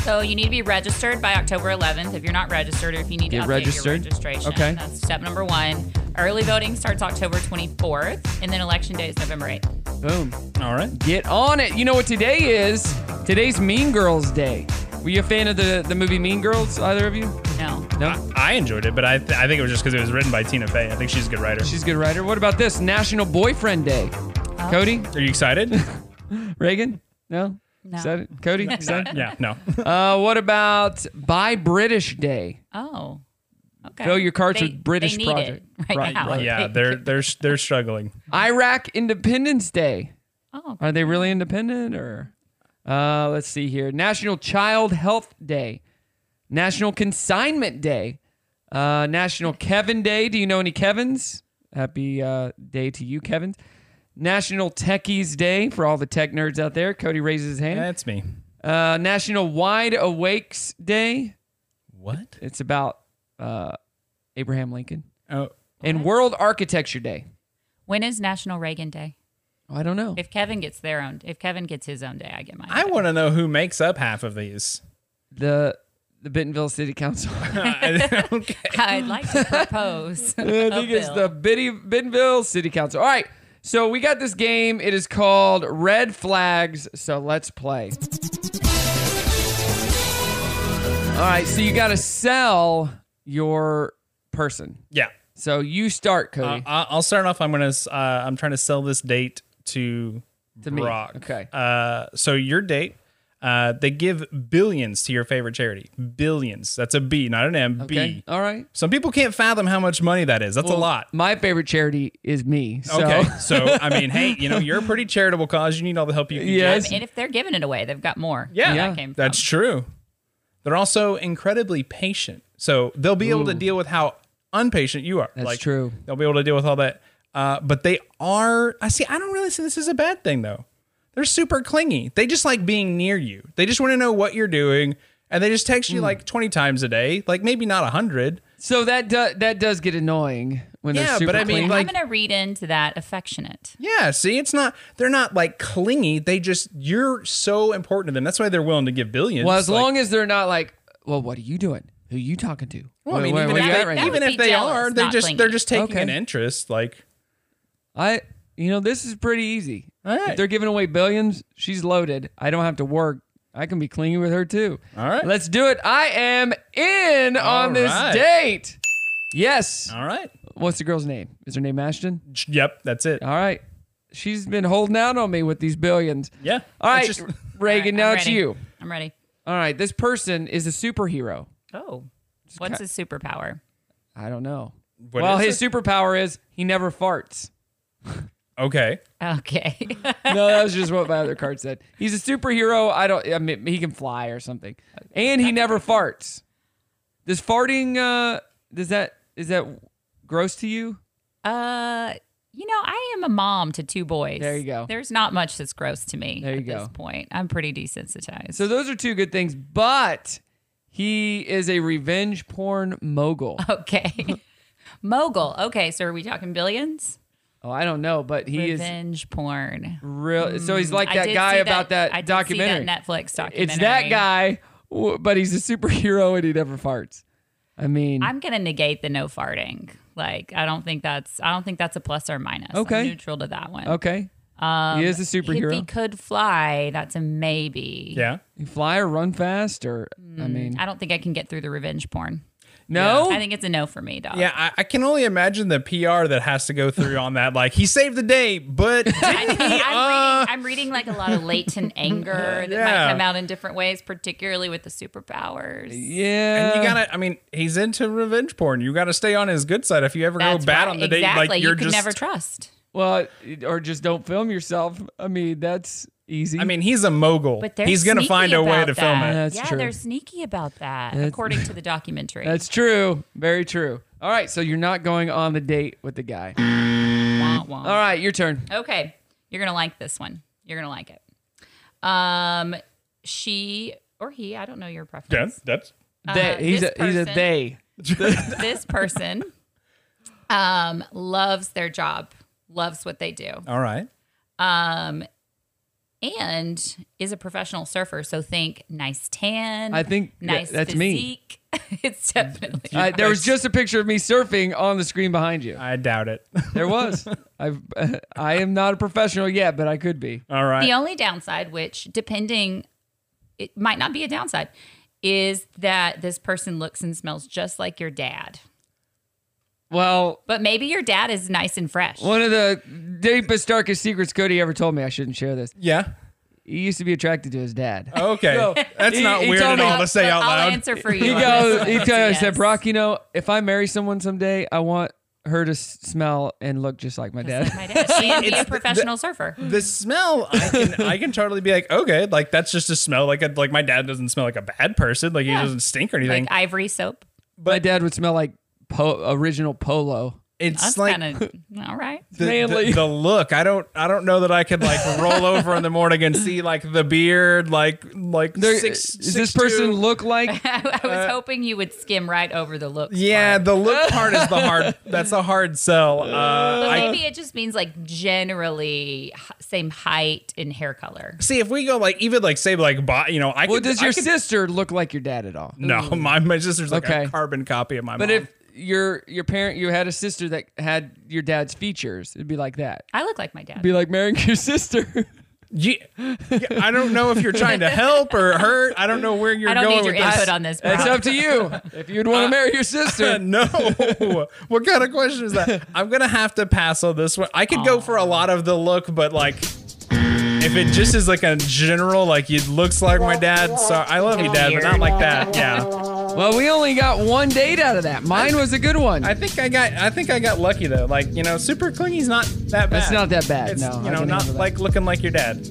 Speaker 7: so you need to be registered by October 11th. If you're not registered, or if you need
Speaker 1: Get
Speaker 7: to update your
Speaker 1: registered.
Speaker 7: registration,
Speaker 1: Okay.
Speaker 7: that's step number one. Early voting starts October 24th, and then election day is November 8th.
Speaker 1: Boom.
Speaker 6: All right.
Speaker 1: Get on it. You know what today is? Today's Mean Girls Day. Were you a fan of the, the movie Mean Girls, either of you?
Speaker 7: No.
Speaker 1: No.
Speaker 6: I enjoyed it, but I, th- I think it was just because it was written by Tina Fey. I think she's a good writer.
Speaker 1: She's a good writer. What about this? National Boyfriend Day. Cody?
Speaker 6: Are you excited?
Speaker 1: Reagan? No? No. Cody? Excited?
Speaker 6: yeah, no.
Speaker 1: Uh, what about Buy British Day?
Speaker 7: Oh. Okay.
Speaker 1: Fill your carts
Speaker 7: They-
Speaker 1: with British
Speaker 7: they need
Speaker 1: Project.
Speaker 7: It right,
Speaker 1: Right,
Speaker 7: now.
Speaker 1: right.
Speaker 6: yeah,
Speaker 7: They-
Speaker 6: they're they're they're struggling.
Speaker 1: Iraq Independence Day.
Speaker 7: Oh,
Speaker 1: Are they really independent or? Uh, let's see here. National Child Health Day, National Consignment Day, uh, National Kevin Day. Do you know any Kevins? Happy uh, day to you, Kevins. National Techies Day for all the tech nerds out there. Cody raises his hand.
Speaker 6: That's me.
Speaker 1: Uh, National Wide Awakes Day.
Speaker 6: What?
Speaker 1: It's about uh, Abraham Lincoln.
Speaker 6: Oh,
Speaker 1: And World Architecture Day. Oh,
Speaker 7: when is National Reagan Day?
Speaker 1: I don't know.
Speaker 7: If Kevin gets their own, if Kevin gets his own day, I get mine.
Speaker 6: I want to know who makes up half of these.
Speaker 1: The the Bentonville City Council.
Speaker 7: I'd like to propose.
Speaker 1: I think it's the Biddy, Bentonville City Council. All right. So we got this game. It is called Red Flags. So let's play. All right. So you got to sell your person.
Speaker 6: Yeah.
Speaker 1: So you start,
Speaker 6: Uh,
Speaker 1: Cody.
Speaker 6: I- I'll start off. I'm gonna. s- Uh, I'm trying to sell this date to
Speaker 1: To me.
Speaker 6: Brock.
Speaker 1: Okay.
Speaker 6: Uh, so your date. Uh, they give billions to your favorite charity. Billions. That's a B, not an M.
Speaker 1: Okay.
Speaker 6: B.
Speaker 1: All right.
Speaker 6: Some people can't fathom how much money that is. That's a
Speaker 1: Well,
Speaker 6: lot.
Speaker 1: My favorite charity is me. So.
Speaker 6: Okay. So I mean, hey, you know, you're a pretty charitable cause. You need all the help you can
Speaker 7: I
Speaker 6: get.
Speaker 7: mean, and if they're giving it away, they've got more.
Speaker 6: Yeah,
Speaker 7: Where that came from.
Speaker 6: that's true. They're also incredibly patient, so they'll be able to
Speaker 1: Ooh.
Speaker 6: deal with how unpatient you are.
Speaker 1: That's true.
Speaker 6: They'll be able to deal with all that. Uh, but they are. I see. I don't really see this as a bad thing though. They're super clingy. They just like being near you. They just want to know what you're doing, and they just text
Speaker 1: Hmm.
Speaker 6: you like 20 times a day. Like maybe not 100.
Speaker 1: So that do, that does get annoying when
Speaker 6: Yeah,
Speaker 1: they're super
Speaker 6: but I mean,
Speaker 1: clean.
Speaker 6: like-
Speaker 7: I'm gonna read into that affectionate.
Speaker 6: Yeah, see, it's not they're not like clingy. They just you're so important to them. That's why they're willing to give billions.
Speaker 1: well, as
Speaker 6: Like,
Speaker 1: long as they're not like, well, what are you doing? Who you talking to?
Speaker 6: Well, I
Speaker 1: Where-
Speaker 6: mean,
Speaker 1: where-
Speaker 6: even
Speaker 1: where
Speaker 6: if
Speaker 1: you
Speaker 6: they,
Speaker 1: at right now?
Speaker 6: even if they
Speaker 7: jealous,
Speaker 6: are, they're
Speaker 7: not
Speaker 6: just they're
Speaker 7: clingy.
Speaker 6: just taking an
Speaker 1: Okay.
Speaker 6: interest. Like,
Speaker 1: I, you know, this is pretty easy.
Speaker 6: All right.
Speaker 1: If they're giving away billions, she's loaded. I don't have to work. I can be clingy with her too.
Speaker 6: all right,
Speaker 1: Let's do it. I am in on
Speaker 6: All
Speaker 1: this
Speaker 6: right.
Speaker 1: date. Yes.
Speaker 6: all right.
Speaker 1: What's the girl's name? Is her name Ashton?
Speaker 6: Yep, that's it.
Speaker 1: All right. She's been holding out on me with these billions.
Speaker 6: Yeah.
Speaker 1: All right,
Speaker 6: It's just-
Speaker 1: Reagan,
Speaker 7: All right,
Speaker 1: now
Speaker 7: I'm
Speaker 1: it's
Speaker 7: ready.
Speaker 1: you.
Speaker 7: I'm ready.
Speaker 1: All right, this person is a superhero.
Speaker 7: Oh, what's his superpower?
Speaker 1: I don't know.
Speaker 6: What
Speaker 1: well,
Speaker 6: is
Speaker 1: his superpower is he never farts.
Speaker 6: okay.
Speaker 7: Okay,
Speaker 1: No, that was just what my other card said. He's a superhero. I don't. I mean, he can fly or something, and he never farts. Does farting? Uh, does that is that gross to you?
Speaker 7: uh, you know, I am a mom to two boys.
Speaker 1: There you go.
Speaker 7: There's not much that's gross to me.
Speaker 1: There you
Speaker 7: at This
Speaker 1: go.
Speaker 7: point, I'm pretty desensitized.
Speaker 1: So those are two good things, but he is a revenge porn mogul.
Speaker 7: okay, mogul. Okay, so are we talking billions?
Speaker 1: Oh, I don't know, but he is
Speaker 7: Revenge porn.
Speaker 1: real. So he's like
Speaker 7: I
Speaker 1: that
Speaker 7: did
Speaker 1: guy
Speaker 7: see
Speaker 1: about that,
Speaker 7: I did see
Speaker 1: documentary.
Speaker 7: that Netflix documentary.
Speaker 1: it's that guy, w- but he's a superhero and he never farts. I mean,
Speaker 7: I'm gonna negate the no farting. Like I don't think that's I don't think that's a plus or a minus. I'm
Speaker 1: Okay.
Speaker 7: neutral to that one.
Speaker 1: okay,
Speaker 7: Um,
Speaker 1: he is a
Speaker 7: If he
Speaker 1: superhero.
Speaker 7: could fly, that's a maybe.
Speaker 6: Yeah.
Speaker 1: You fly or run fast, or I mean,
Speaker 7: Mm, I don't think I can get through the revenge porn.
Speaker 1: no.
Speaker 7: I think it's a no for me, dog.
Speaker 6: Yeah, I, I can only imagine the PR that has to go through on that. Like, he saved the day, but didn't he?
Speaker 7: I'm,
Speaker 1: Uh.
Speaker 7: reading, I'm reading like a lot of latent anger that
Speaker 6: Yeah.
Speaker 7: might come out in different ways, particularly with the superpowers.
Speaker 1: yeah,
Speaker 6: And you
Speaker 1: Uh.
Speaker 6: gotta, I mean, he's into revenge porn. You gotta stay on his good side. If you ever go
Speaker 7: That's
Speaker 6: bad
Speaker 7: right.
Speaker 6: on the
Speaker 7: exactly.
Speaker 6: date, like you're
Speaker 7: you can
Speaker 6: just.
Speaker 7: never trust.
Speaker 1: well, or just don't film yourself. I mean, that's easy.
Speaker 6: I mean, he's a mogul.
Speaker 7: But they're
Speaker 6: He's gonna
Speaker 7: sneaky
Speaker 6: find a way
Speaker 7: about
Speaker 6: to film
Speaker 7: that.
Speaker 6: it.
Speaker 1: That's
Speaker 7: yeah,
Speaker 1: true.
Speaker 7: they're sneaky about that,
Speaker 1: That's-
Speaker 7: according to the documentary.
Speaker 1: that's true. Very true. All right, so you're not going on the date with the guy.
Speaker 7: Wah, wah.
Speaker 1: All right, your turn.
Speaker 7: Okay. You're going to like this one. You're going to like it. Um, she or he, I don't know your
Speaker 6: Yeah,
Speaker 7: preference.
Speaker 6: that's.
Speaker 1: They- he's a
Speaker 7: Uh, this
Speaker 1: he's a
Speaker 7: person-
Speaker 1: they.
Speaker 7: This person um, loves their job, loves what they do,
Speaker 6: All right.
Speaker 7: um, and is a professional surfer. So think nice tan.
Speaker 1: I think that-
Speaker 7: nice
Speaker 1: that's me.
Speaker 7: physique. it's definitely.
Speaker 1: Uh, there was just a picture of me surfing on the screen behind you.
Speaker 6: I doubt it.
Speaker 1: There was. I've, I am not a professional yet, but I could be.
Speaker 6: All right.
Speaker 7: The only downside, which depending, it might not be a downside, is that this person looks and smells just like your dad.
Speaker 1: Well,
Speaker 7: But maybe your dad is nice and fresh.
Speaker 1: one of the deepest, darkest secrets Cody ever told me. I shouldn't share this.
Speaker 6: Yeah.
Speaker 1: He used to be attracted to his dad.
Speaker 6: Okay.
Speaker 1: No,
Speaker 6: that's
Speaker 1: he-
Speaker 6: not
Speaker 1: he
Speaker 6: weird
Speaker 1: told
Speaker 6: at
Speaker 1: me-
Speaker 6: all to say out
Speaker 7: I'll
Speaker 6: loud.
Speaker 7: answer for you.
Speaker 1: He
Speaker 7: on this
Speaker 1: goes.
Speaker 7: one.
Speaker 1: He
Speaker 7: It's
Speaker 1: t-
Speaker 7: a
Speaker 1: I
Speaker 7: yes.
Speaker 1: said, Brock, you know, if I marry someone someday, I want her to s- smell and look just like my
Speaker 7: Just like
Speaker 1: dad.
Speaker 7: my dad. She would be a professional surfer.
Speaker 6: the smell I can I can totally be like okay like that's just a smell like a, like my dad doesn't smell like a bad person like he doesn't stink or anything
Speaker 7: Like ivory soap.
Speaker 1: my dad would smell like po- original polo.
Speaker 6: It's
Speaker 7: That's
Speaker 6: like
Speaker 7: kind of all right.
Speaker 6: the, the, the look. I don't I don't know that I could like roll over in the morning and see like the beard, like like
Speaker 1: There-
Speaker 6: six.
Speaker 1: does this person look like?
Speaker 7: I,
Speaker 6: Uh,
Speaker 7: was hoping you would skim right over the look.
Speaker 6: Yeah, the look part is the hard. That's a hard sell. Uh,
Speaker 7: But
Speaker 6: I-
Speaker 7: maybe it just means like generally h- same height and hair color.
Speaker 6: see if we go like even like say like bo- you know I.
Speaker 1: Well,
Speaker 6: could,
Speaker 1: does
Speaker 6: I
Speaker 1: your
Speaker 6: could-
Speaker 1: sister look like your dad at all?
Speaker 6: No, my my sister's like
Speaker 1: Okay.
Speaker 6: a carbon copy of my
Speaker 1: But
Speaker 6: mom.
Speaker 1: if your your parent, you had a sister that had your dad's features, it'd be like that.
Speaker 7: I look like my dad.
Speaker 1: It'd be like marrying your sister.
Speaker 6: Ye- yeah, I don't know if you're trying to help or hurt. I don't know where you're
Speaker 7: I don't
Speaker 6: going
Speaker 7: need your
Speaker 6: with this.
Speaker 7: input on this.
Speaker 1: It's
Speaker 7: Brock.
Speaker 1: up to you if you'd want to marry your sister.
Speaker 6: no. What kind of question is that? I'm gonna have to pass on this one. I could go for a lot of the look, but like if it just is like a general, like it looks like my dad. So I love you, dad, but not like that. Yeah.
Speaker 1: Well, we only got one date out of that. Mine was a good one.
Speaker 6: I think I got. I think I got lucky though. Like you know, super clingy's not that bad.
Speaker 1: That's not that bad,
Speaker 6: It's,
Speaker 1: no, I
Speaker 6: you know,
Speaker 1: can
Speaker 6: not
Speaker 1: handle that.
Speaker 6: like looking like your dad.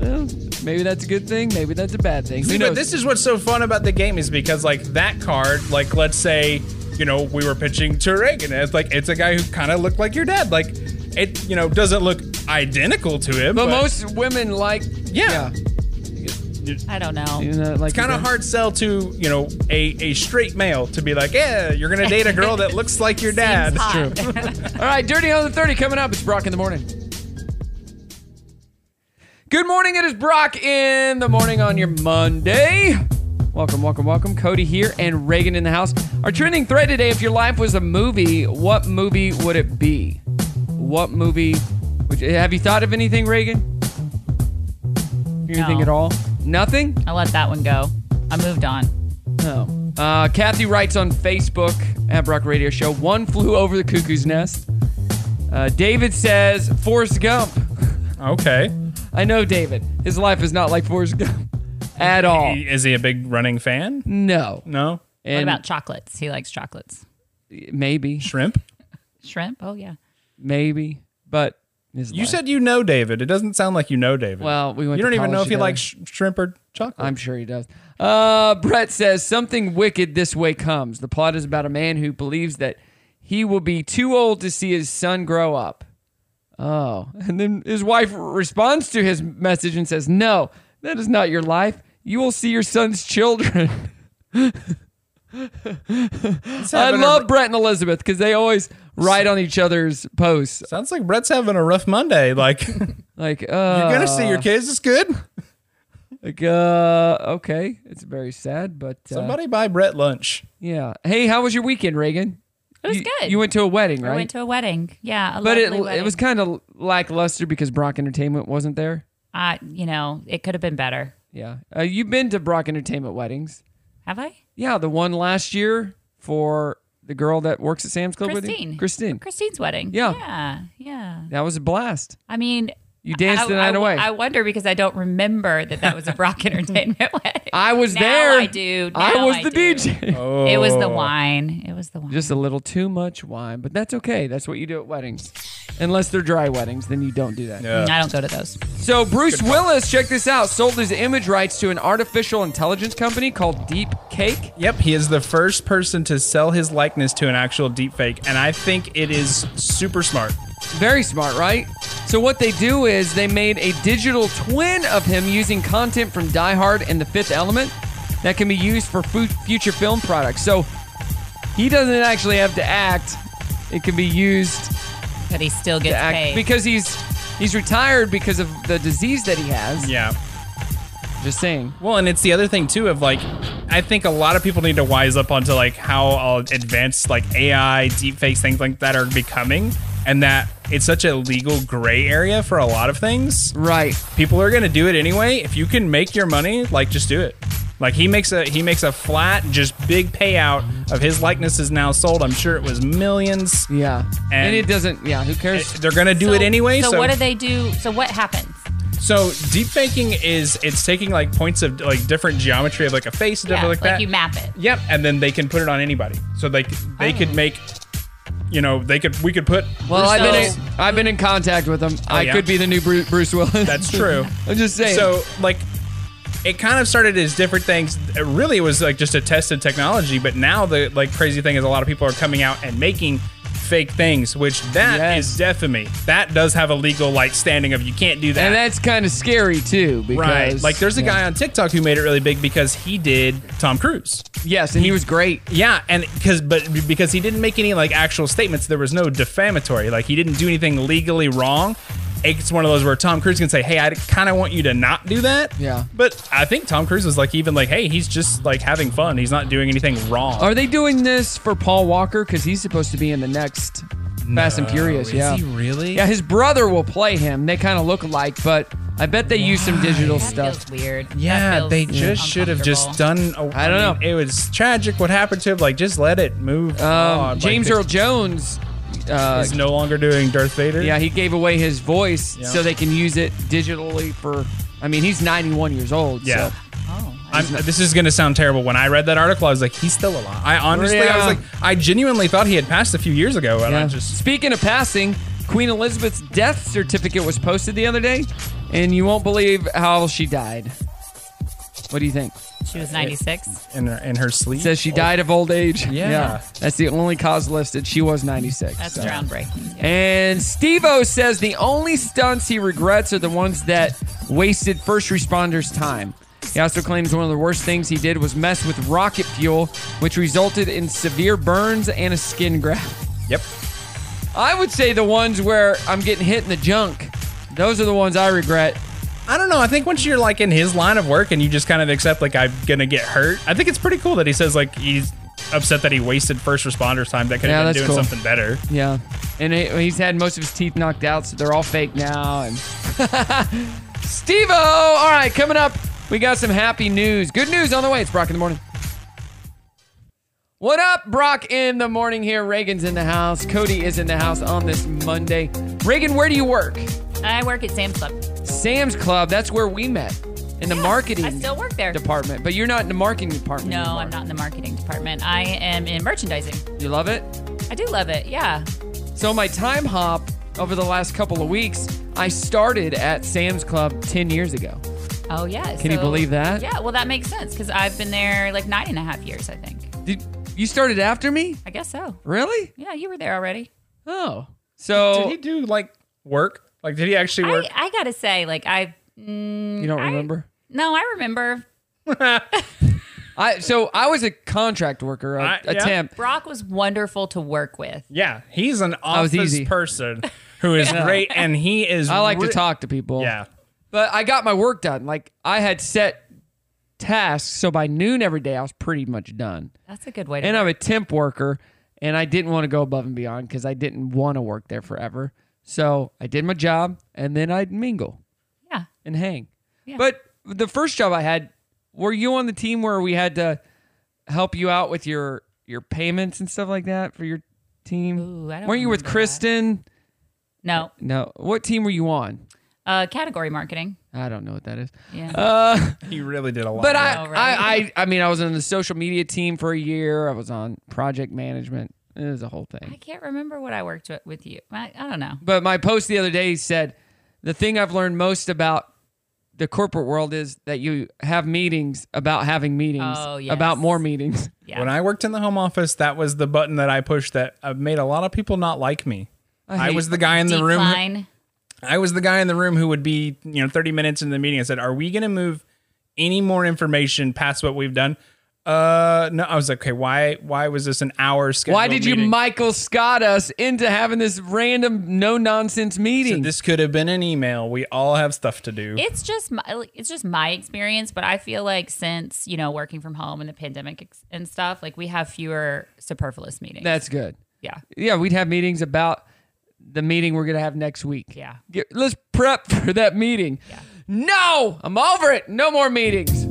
Speaker 1: Well, maybe that's a good thing. Maybe that's a bad thing.
Speaker 6: See,
Speaker 1: Who
Speaker 6: but
Speaker 1: knows?
Speaker 6: this is what's so fun about the game is because like that card, like let's say, you know, we were pitching to Reagan. and It's like it's a guy who kind of looked like your dad. Like it, you know, doesn't look identical to him.
Speaker 1: but
Speaker 6: But,
Speaker 1: most women like
Speaker 6: yeah,
Speaker 7: I don't know.
Speaker 1: you know, like
Speaker 6: it's kind of
Speaker 1: the-
Speaker 6: hard sell to you know a a straight male to be like, yeah, you're gonna date a girl that looks like your dad.
Speaker 7: Seems hot.
Speaker 1: All right, Dirty Home 30 coming up. It's Brock in the morning. Good morning. It is Brock in the morning on your Monday. Welcome, welcome, welcome. Cody here and Reagan in the house. Our trending thread today if your life was a movie, what movie would it be? What movie would you, have you thought of anything, Reagan? Anything
Speaker 7: No.
Speaker 1: at all? Nothing?
Speaker 7: I let that one go. I moved on.
Speaker 1: No. Uh, Kathy writes on Facebook at Brock Radio Show. One flew over the cuckoo's nest. Uh, David says Forrest Gump.
Speaker 6: Okay,
Speaker 1: I know David. His life is not like Forrest Gump at all.
Speaker 6: is he a big running fan?
Speaker 1: No.
Speaker 6: No,
Speaker 7: What
Speaker 1: And
Speaker 7: about chocolates? He likes chocolates.
Speaker 1: maybe,
Speaker 6: shrimp.
Speaker 7: Shrimp? Oh yeah.
Speaker 1: maybe, but his
Speaker 6: You
Speaker 1: life-
Speaker 6: said you know David. It doesn't sound like you know David.
Speaker 1: Well, we went
Speaker 6: you
Speaker 1: to
Speaker 6: don't even know
Speaker 1: college
Speaker 6: if he
Speaker 1: together.
Speaker 6: likes sh- shrimp or chocolate.
Speaker 1: I'm sure he does. Uh, Brett says something wicked this way comes. The plot is about a man who believes that he will be too old to see his son grow up. Oh, and then his wife responds to his message and says, "No, that is not your life. You will see your son's children." I
Speaker 6: having a-
Speaker 1: love Brett and Elizabeth because they always write on each other's posts.
Speaker 6: Sounds like Brett's having a rough Monday. Like you're
Speaker 1: Like, uh,
Speaker 6: gonna see your kids. It's good.
Speaker 1: Like, uh, okay, it's very sad, but uh,
Speaker 6: Somebody buy Brett lunch.
Speaker 1: Yeah. Hey, how was your weekend, Reagan?
Speaker 7: It was
Speaker 1: you,
Speaker 7: good.
Speaker 1: You went to a wedding, right?
Speaker 7: I went to a wedding. Yeah, a
Speaker 1: but it
Speaker 7: lovely
Speaker 1: it was
Speaker 7: wedding.
Speaker 1: kind of lackluster because Brock Entertainment wasn't there.
Speaker 7: I, you know, it could have been better.
Speaker 1: Yeah. Uh, you've been to Brock Entertainment weddings?
Speaker 7: Have I?
Speaker 1: Yeah, the one last year for the girl that works at Sam's Club with
Speaker 7: Christine.
Speaker 1: you, Christine.
Speaker 7: Christine's wedding.
Speaker 1: Yeah.
Speaker 7: Yeah. Yeah.
Speaker 1: That was a blast.
Speaker 7: I mean,
Speaker 1: You danced
Speaker 7: I,
Speaker 1: the night
Speaker 7: I-
Speaker 1: away.
Speaker 7: I wonder because I don't remember that that was a Brock Entertainment wedding.
Speaker 1: I was
Speaker 7: Now
Speaker 1: there.
Speaker 7: I do.
Speaker 1: I
Speaker 7: Now
Speaker 1: was
Speaker 7: I
Speaker 1: the
Speaker 7: do.
Speaker 1: DJ.
Speaker 7: It was the wine. It was the wine.
Speaker 1: Just a little too much wine, but that's okay. That's what you do at weddings. Unless they're dry weddings, then you don't do that.
Speaker 7: I don't go to those.
Speaker 1: So Bruce Willis, check this out, sold his image rights to an artificial intelligence company called Deep Cake.
Speaker 6: Yep, he is the first person to sell his likeness to an actual deepfake, and I think it is super smart.
Speaker 1: Very smart, right? So what they do is they made a digital twin of him using content from Die Hard and The Fifth Element that can be used for fu- future film products. So he doesn't actually have to act; it can be used
Speaker 7: But he still gets
Speaker 1: to act
Speaker 7: paid.
Speaker 1: because he's he's retired because of the disease that he has.
Speaker 6: Yeah.
Speaker 1: Just saying.
Speaker 6: Well, and it's the other thing too of like, I think a lot of people need to wise up onto like how uh, advanced like AI, deepfakes, things like that are becoming, and that it's such a legal gray area for a lot of things.
Speaker 1: Right.
Speaker 6: people are gonna do it anyway. If you can make your money, like just do it. Like he makes a he makes a flat, just big payout of his likeness is now sold. I'm sure it was millions.
Speaker 1: Yeah. And,
Speaker 6: And-
Speaker 1: it doesn't. Yeah. Who cares?
Speaker 6: They're gonna do
Speaker 7: So-
Speaker 6: it anyway. So
Speaker 7: So, what do they do? So what happens?
Speaker 6: so deep faking is it's taking like points of like different geometry of like a face and
Speaker 7: Yeah,
Speaker 6: stuff like,
Speaker 7: like,
Speaker 6: that.
Speaker 7: you map it.
Speaker 6: Yep, and then they can put it on anybody. So like they
Speaker 7: Oh.
Speaker 6: could make, you know, they could we could put.
Speaker 1: Well, I've been
Speaker 7: So-
Speaker 1: in, I've been in contact with him. I
Speaker 6: Oh, yeah?
Speaker 1: could be the new Bruce, Bruce Willis.
Speaker 6: That's true.
Speaker 1: I'm just saying.
Speaker 6: So like, it kind of started as different things. It really was like just a test of technology, but now the like crazy thing is a lot of people are coming out and making fake things, which that is defamy. That does have a legal like standing of you can't do that.
Speaker 1: And that's kind of scary too, because
Speaker 6: right. Like there's a
Speaker 1: yeah.
Speaker 6: guy on TikTok who made it really big because he did Tom Cruise.
Speaker 1: Yes, and he, was great.
Speaker 6: Yeah, and because but because he didn't make any like actual statements, there was no defamatory. Like he didn't do anything legally wrong. It's one of those where Tom Cruise can say, "Hey, I kind of want you to not do that."
Speaker 1: Yeah.
Speaker 6: But I think Tom Cruise was like even like, "Hey, he's just like having fun. He's not doing anything wrong."
Speaker 1: Are they doing this for Paul Walker? Because he's supposed to be in the next Fast and
Speaker 6: No,
Speaker 1: Furious.
Speaker 6: Oh, is
Speaker 1: yeah.
Speaker 6: he really?
Speaker 1: Yeah, his brother will play him. They kind of look alike, but I bet they use some digital stuff.
Speaker 7: weird.
Speaker 6: Yeah, they just should have just done. I I
Speaker 1: don't
Speaker 6: mean, It was tragic what happened to him. Like, just let it move.
Speaker 1: Um, James Earl Jones uh,
Speaker 6: is no longer doing Darth Vader.
Speaker 1: Yeah, he gave away his voice
Speaker 6: Yeah.
Speaker 1: so they can use it digitally for. I mean, he's 91 years old.
Speaker 6: Yeah.
Speaker 1: So.
Speaker 6: I'm, this is gonna sound terrible. When I read that article, I was like, he's still alive. I honestly, I was
Speaker 1: Yeah.
Speaker 6: like, I genuinely thought he had passed a few years ago, and I
Speaker 1: Yeah.
Speaker 6: just
Speaker 1: Speaking of passing, Queen Elizabeth's death certificate was posted the other day, and you won't believe how she died. What do you think?
Speaker 7: She was 96.
Speaker 6: in her, in her sleep.
Speaker 1: It says she died of old age.
Speaker 6: Yeah.
Speaker 1: That's the only cause listed. She was 96.
Speaker 7: That's
Speaker 1: so.
Speaker 7: groundbreaking.
Speaker 1: And Steve O says the only stunts he regrets are the ones that wasted first responders' time. He also claims one of the worst things he did was mess with rocket fuel, which resulted in severe burns and a skin graft.
Speaker 6: Yep.
Speaker 1: I would say the ones where I'm getting hit in the junk. Those are the ones I regret.
Speaker 6: I don't know. I think once you're like in his line of work and you just kind of accept like I'm gonna get hurt. I think it's pretty cool that he says like he's upset that he wasted first responders time that could
Speaker 1: Yeah,
Speaker 6: have
Speaker 1: that's
Speaker 6: been doing
Speaker 1: cool.
Speaker 6: something better.
Speaker 1: Yeah. And he- he's had most of his teeth knocked out, so they're all fake now. And Steve O! All right, coming up, we got some happy news. Good news on the way. It's Brock in the morning. What up, Brock in the morning here? Reagan's in the house. Cody is in the house on this Monday. Reagan, where do you work?
Speaker 7: I work at Sam's Club.
Speaker 1: Sam's Club. That's where we met in the marketing
Speaker 7: I still work there.
Speaker 1: department. But you're not in the marketing department.
Speaker 7: No,
Speaker 1: anymore.
Speaker 7: I'm not in the marketing department. I am in merchandising.
Speaker 1: You love it?
Speaker 7: I do love it. Yeah.
Speaker 1: So my time hop over the last couple of weeks, I started at Sam's Club 10 years ago.
Speaker 7: Oh, yeah.
Speaker 1: Can you believe that?
Speaker 7: Yeah. Well, that makes sense because I've been there like nine and a half years, I think.
Speaker 1: Did you started after me?
Speaker 7: I guess so.
Speaker 1: Really?
Speaker 7: Yeah, you were there already.
Speaker 1: Oh. So
Speaker 6: Did he do like work? Like did he actually work?
Speaker 7: I, I gotta say, like I mm,
Speaker 1: you don't
Speaker 7: I-
Speaker 1: remember?
Speaker 7: no, I remember.
Speaker 1: I so I was a contract worker, a,
Speaker 6: I-
Speaker 1: a
Speaker 6: yeah.
Speaker 1: temp.
Speaker 7: Brock was wonderful to work with.
Speaker 6: yeah, he's an
Speaker 1: was
Speaker 6: office
Speaker 1: Oh, easy.
Speaker 6: person who is great, and he is.
Speaker 1: I like to
Speaker 6: re-
Speaker 1: talk to people.
Speaker 6: Yeah.
Speaker 1: But I got my work done. Like I had set tasks, so by noon every day I was pretty much done.
Speaker 7: That's a good way to.
Speaker 1: and
Speaker 7: put
Speaker 1: I'm a temp worker, and I didn't want to go above and beyond because I didn't want to work there forever. So I did my job, and then I'd mingle
Speaker 7: it. yeah.
Speaker 1: and hang.
Speaker 7: Yeah.
Speaker 1: But the first job I had, were you on the team where we had to help you out with your your payments and stuff like that for your team?
Speaker 7: Ooh, I don't
Speaker 1: Weren't you with
Speaker 7: remember that.
Speaker 1: Kristen?
Speaker 7: No,
Speaker 1: No. What team were you on?
Speaker 7: uh, category marketing.
Speaker 1: I don't know what that is.
Speaker 7: Yeah.
Speaker 1: Uh,
Speaker 6: He really did a lot.
Speaker 1: but I,
Speaker 7: know, right?
Speaker 1: I, I, I mean, I was on the social media team for a year. I was on project management. It was a whole thing.
Speaker 7: I can't remember what I worked wi- with you. I, I don't know.
Speaker 1: But my post the other day said the thing I've learned most about the corporate world is that you have meetings about having meetings
Speaker 7: Oh, yes.
Speaker 1: about more meetings.
Speaker 7: Yeah.
Speaker 6: When I worked in the home office, that was the button that I pushed that uh, made a lot of people not like me. I,
Speaker 1: hate-
Speaker 6: was the guy in the room. who-
Speaker 7: Decline.
Speaker 6: I was the guy in the room who would be, you know, 30 minutes into the meeting. I said, Are we going to move any more information past what we've done? Uh, no. I was like, Okay, why Why was this an hour schedule?
Speaker 1: Why did you Michael Scott us into having this random no nonsense meeting?
Speaker 6: This could have been an email. We all have stuff to do.
Speaker 7: It's just my, it's just my experience, but I feel like since you know working from home and the pandemic ex- and stuff, like we have fewer superfluous meetings.
Speaker 1: That's good.
Speaker 7: yeah.
Speaker 1: Yeah, we'd have meetings about the meeting we're going to have next week.
Speaker 7: Yeah.
Speaker 1: Get- let's prep for that meeting. No, I'm over it. No more meetings.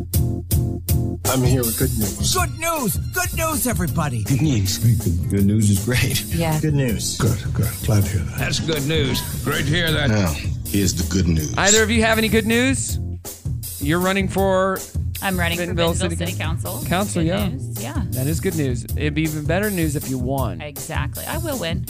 Speaker 8: I'm here with good news.
Speaker 5: Good news! Good news, everybody!
Speaker 8: Good news. Good, news is great.
Speaker 7: Yeah.
Speaker 8: Good news. Good, good. Glad to hear that.
Speaker 5: That's good news. Great to hear that.
Speaker 8: Now, here's the good news.
Speaker 1: Either of you have any good news? You're running for
Speaker 7: I'm running
Speaker 1: Bentonville
Speaker 7: for Bentonville City,
Speaker 1: City
Speaker 7: Council.
Speaker 1: Council,
Speaker 7: Good
Speaker 1: yeah.
Speaker 7: news. Yeah.
Speaker 1: That is good news. It'd be even better news if you won.
Speaker 7: Exactly. I will win.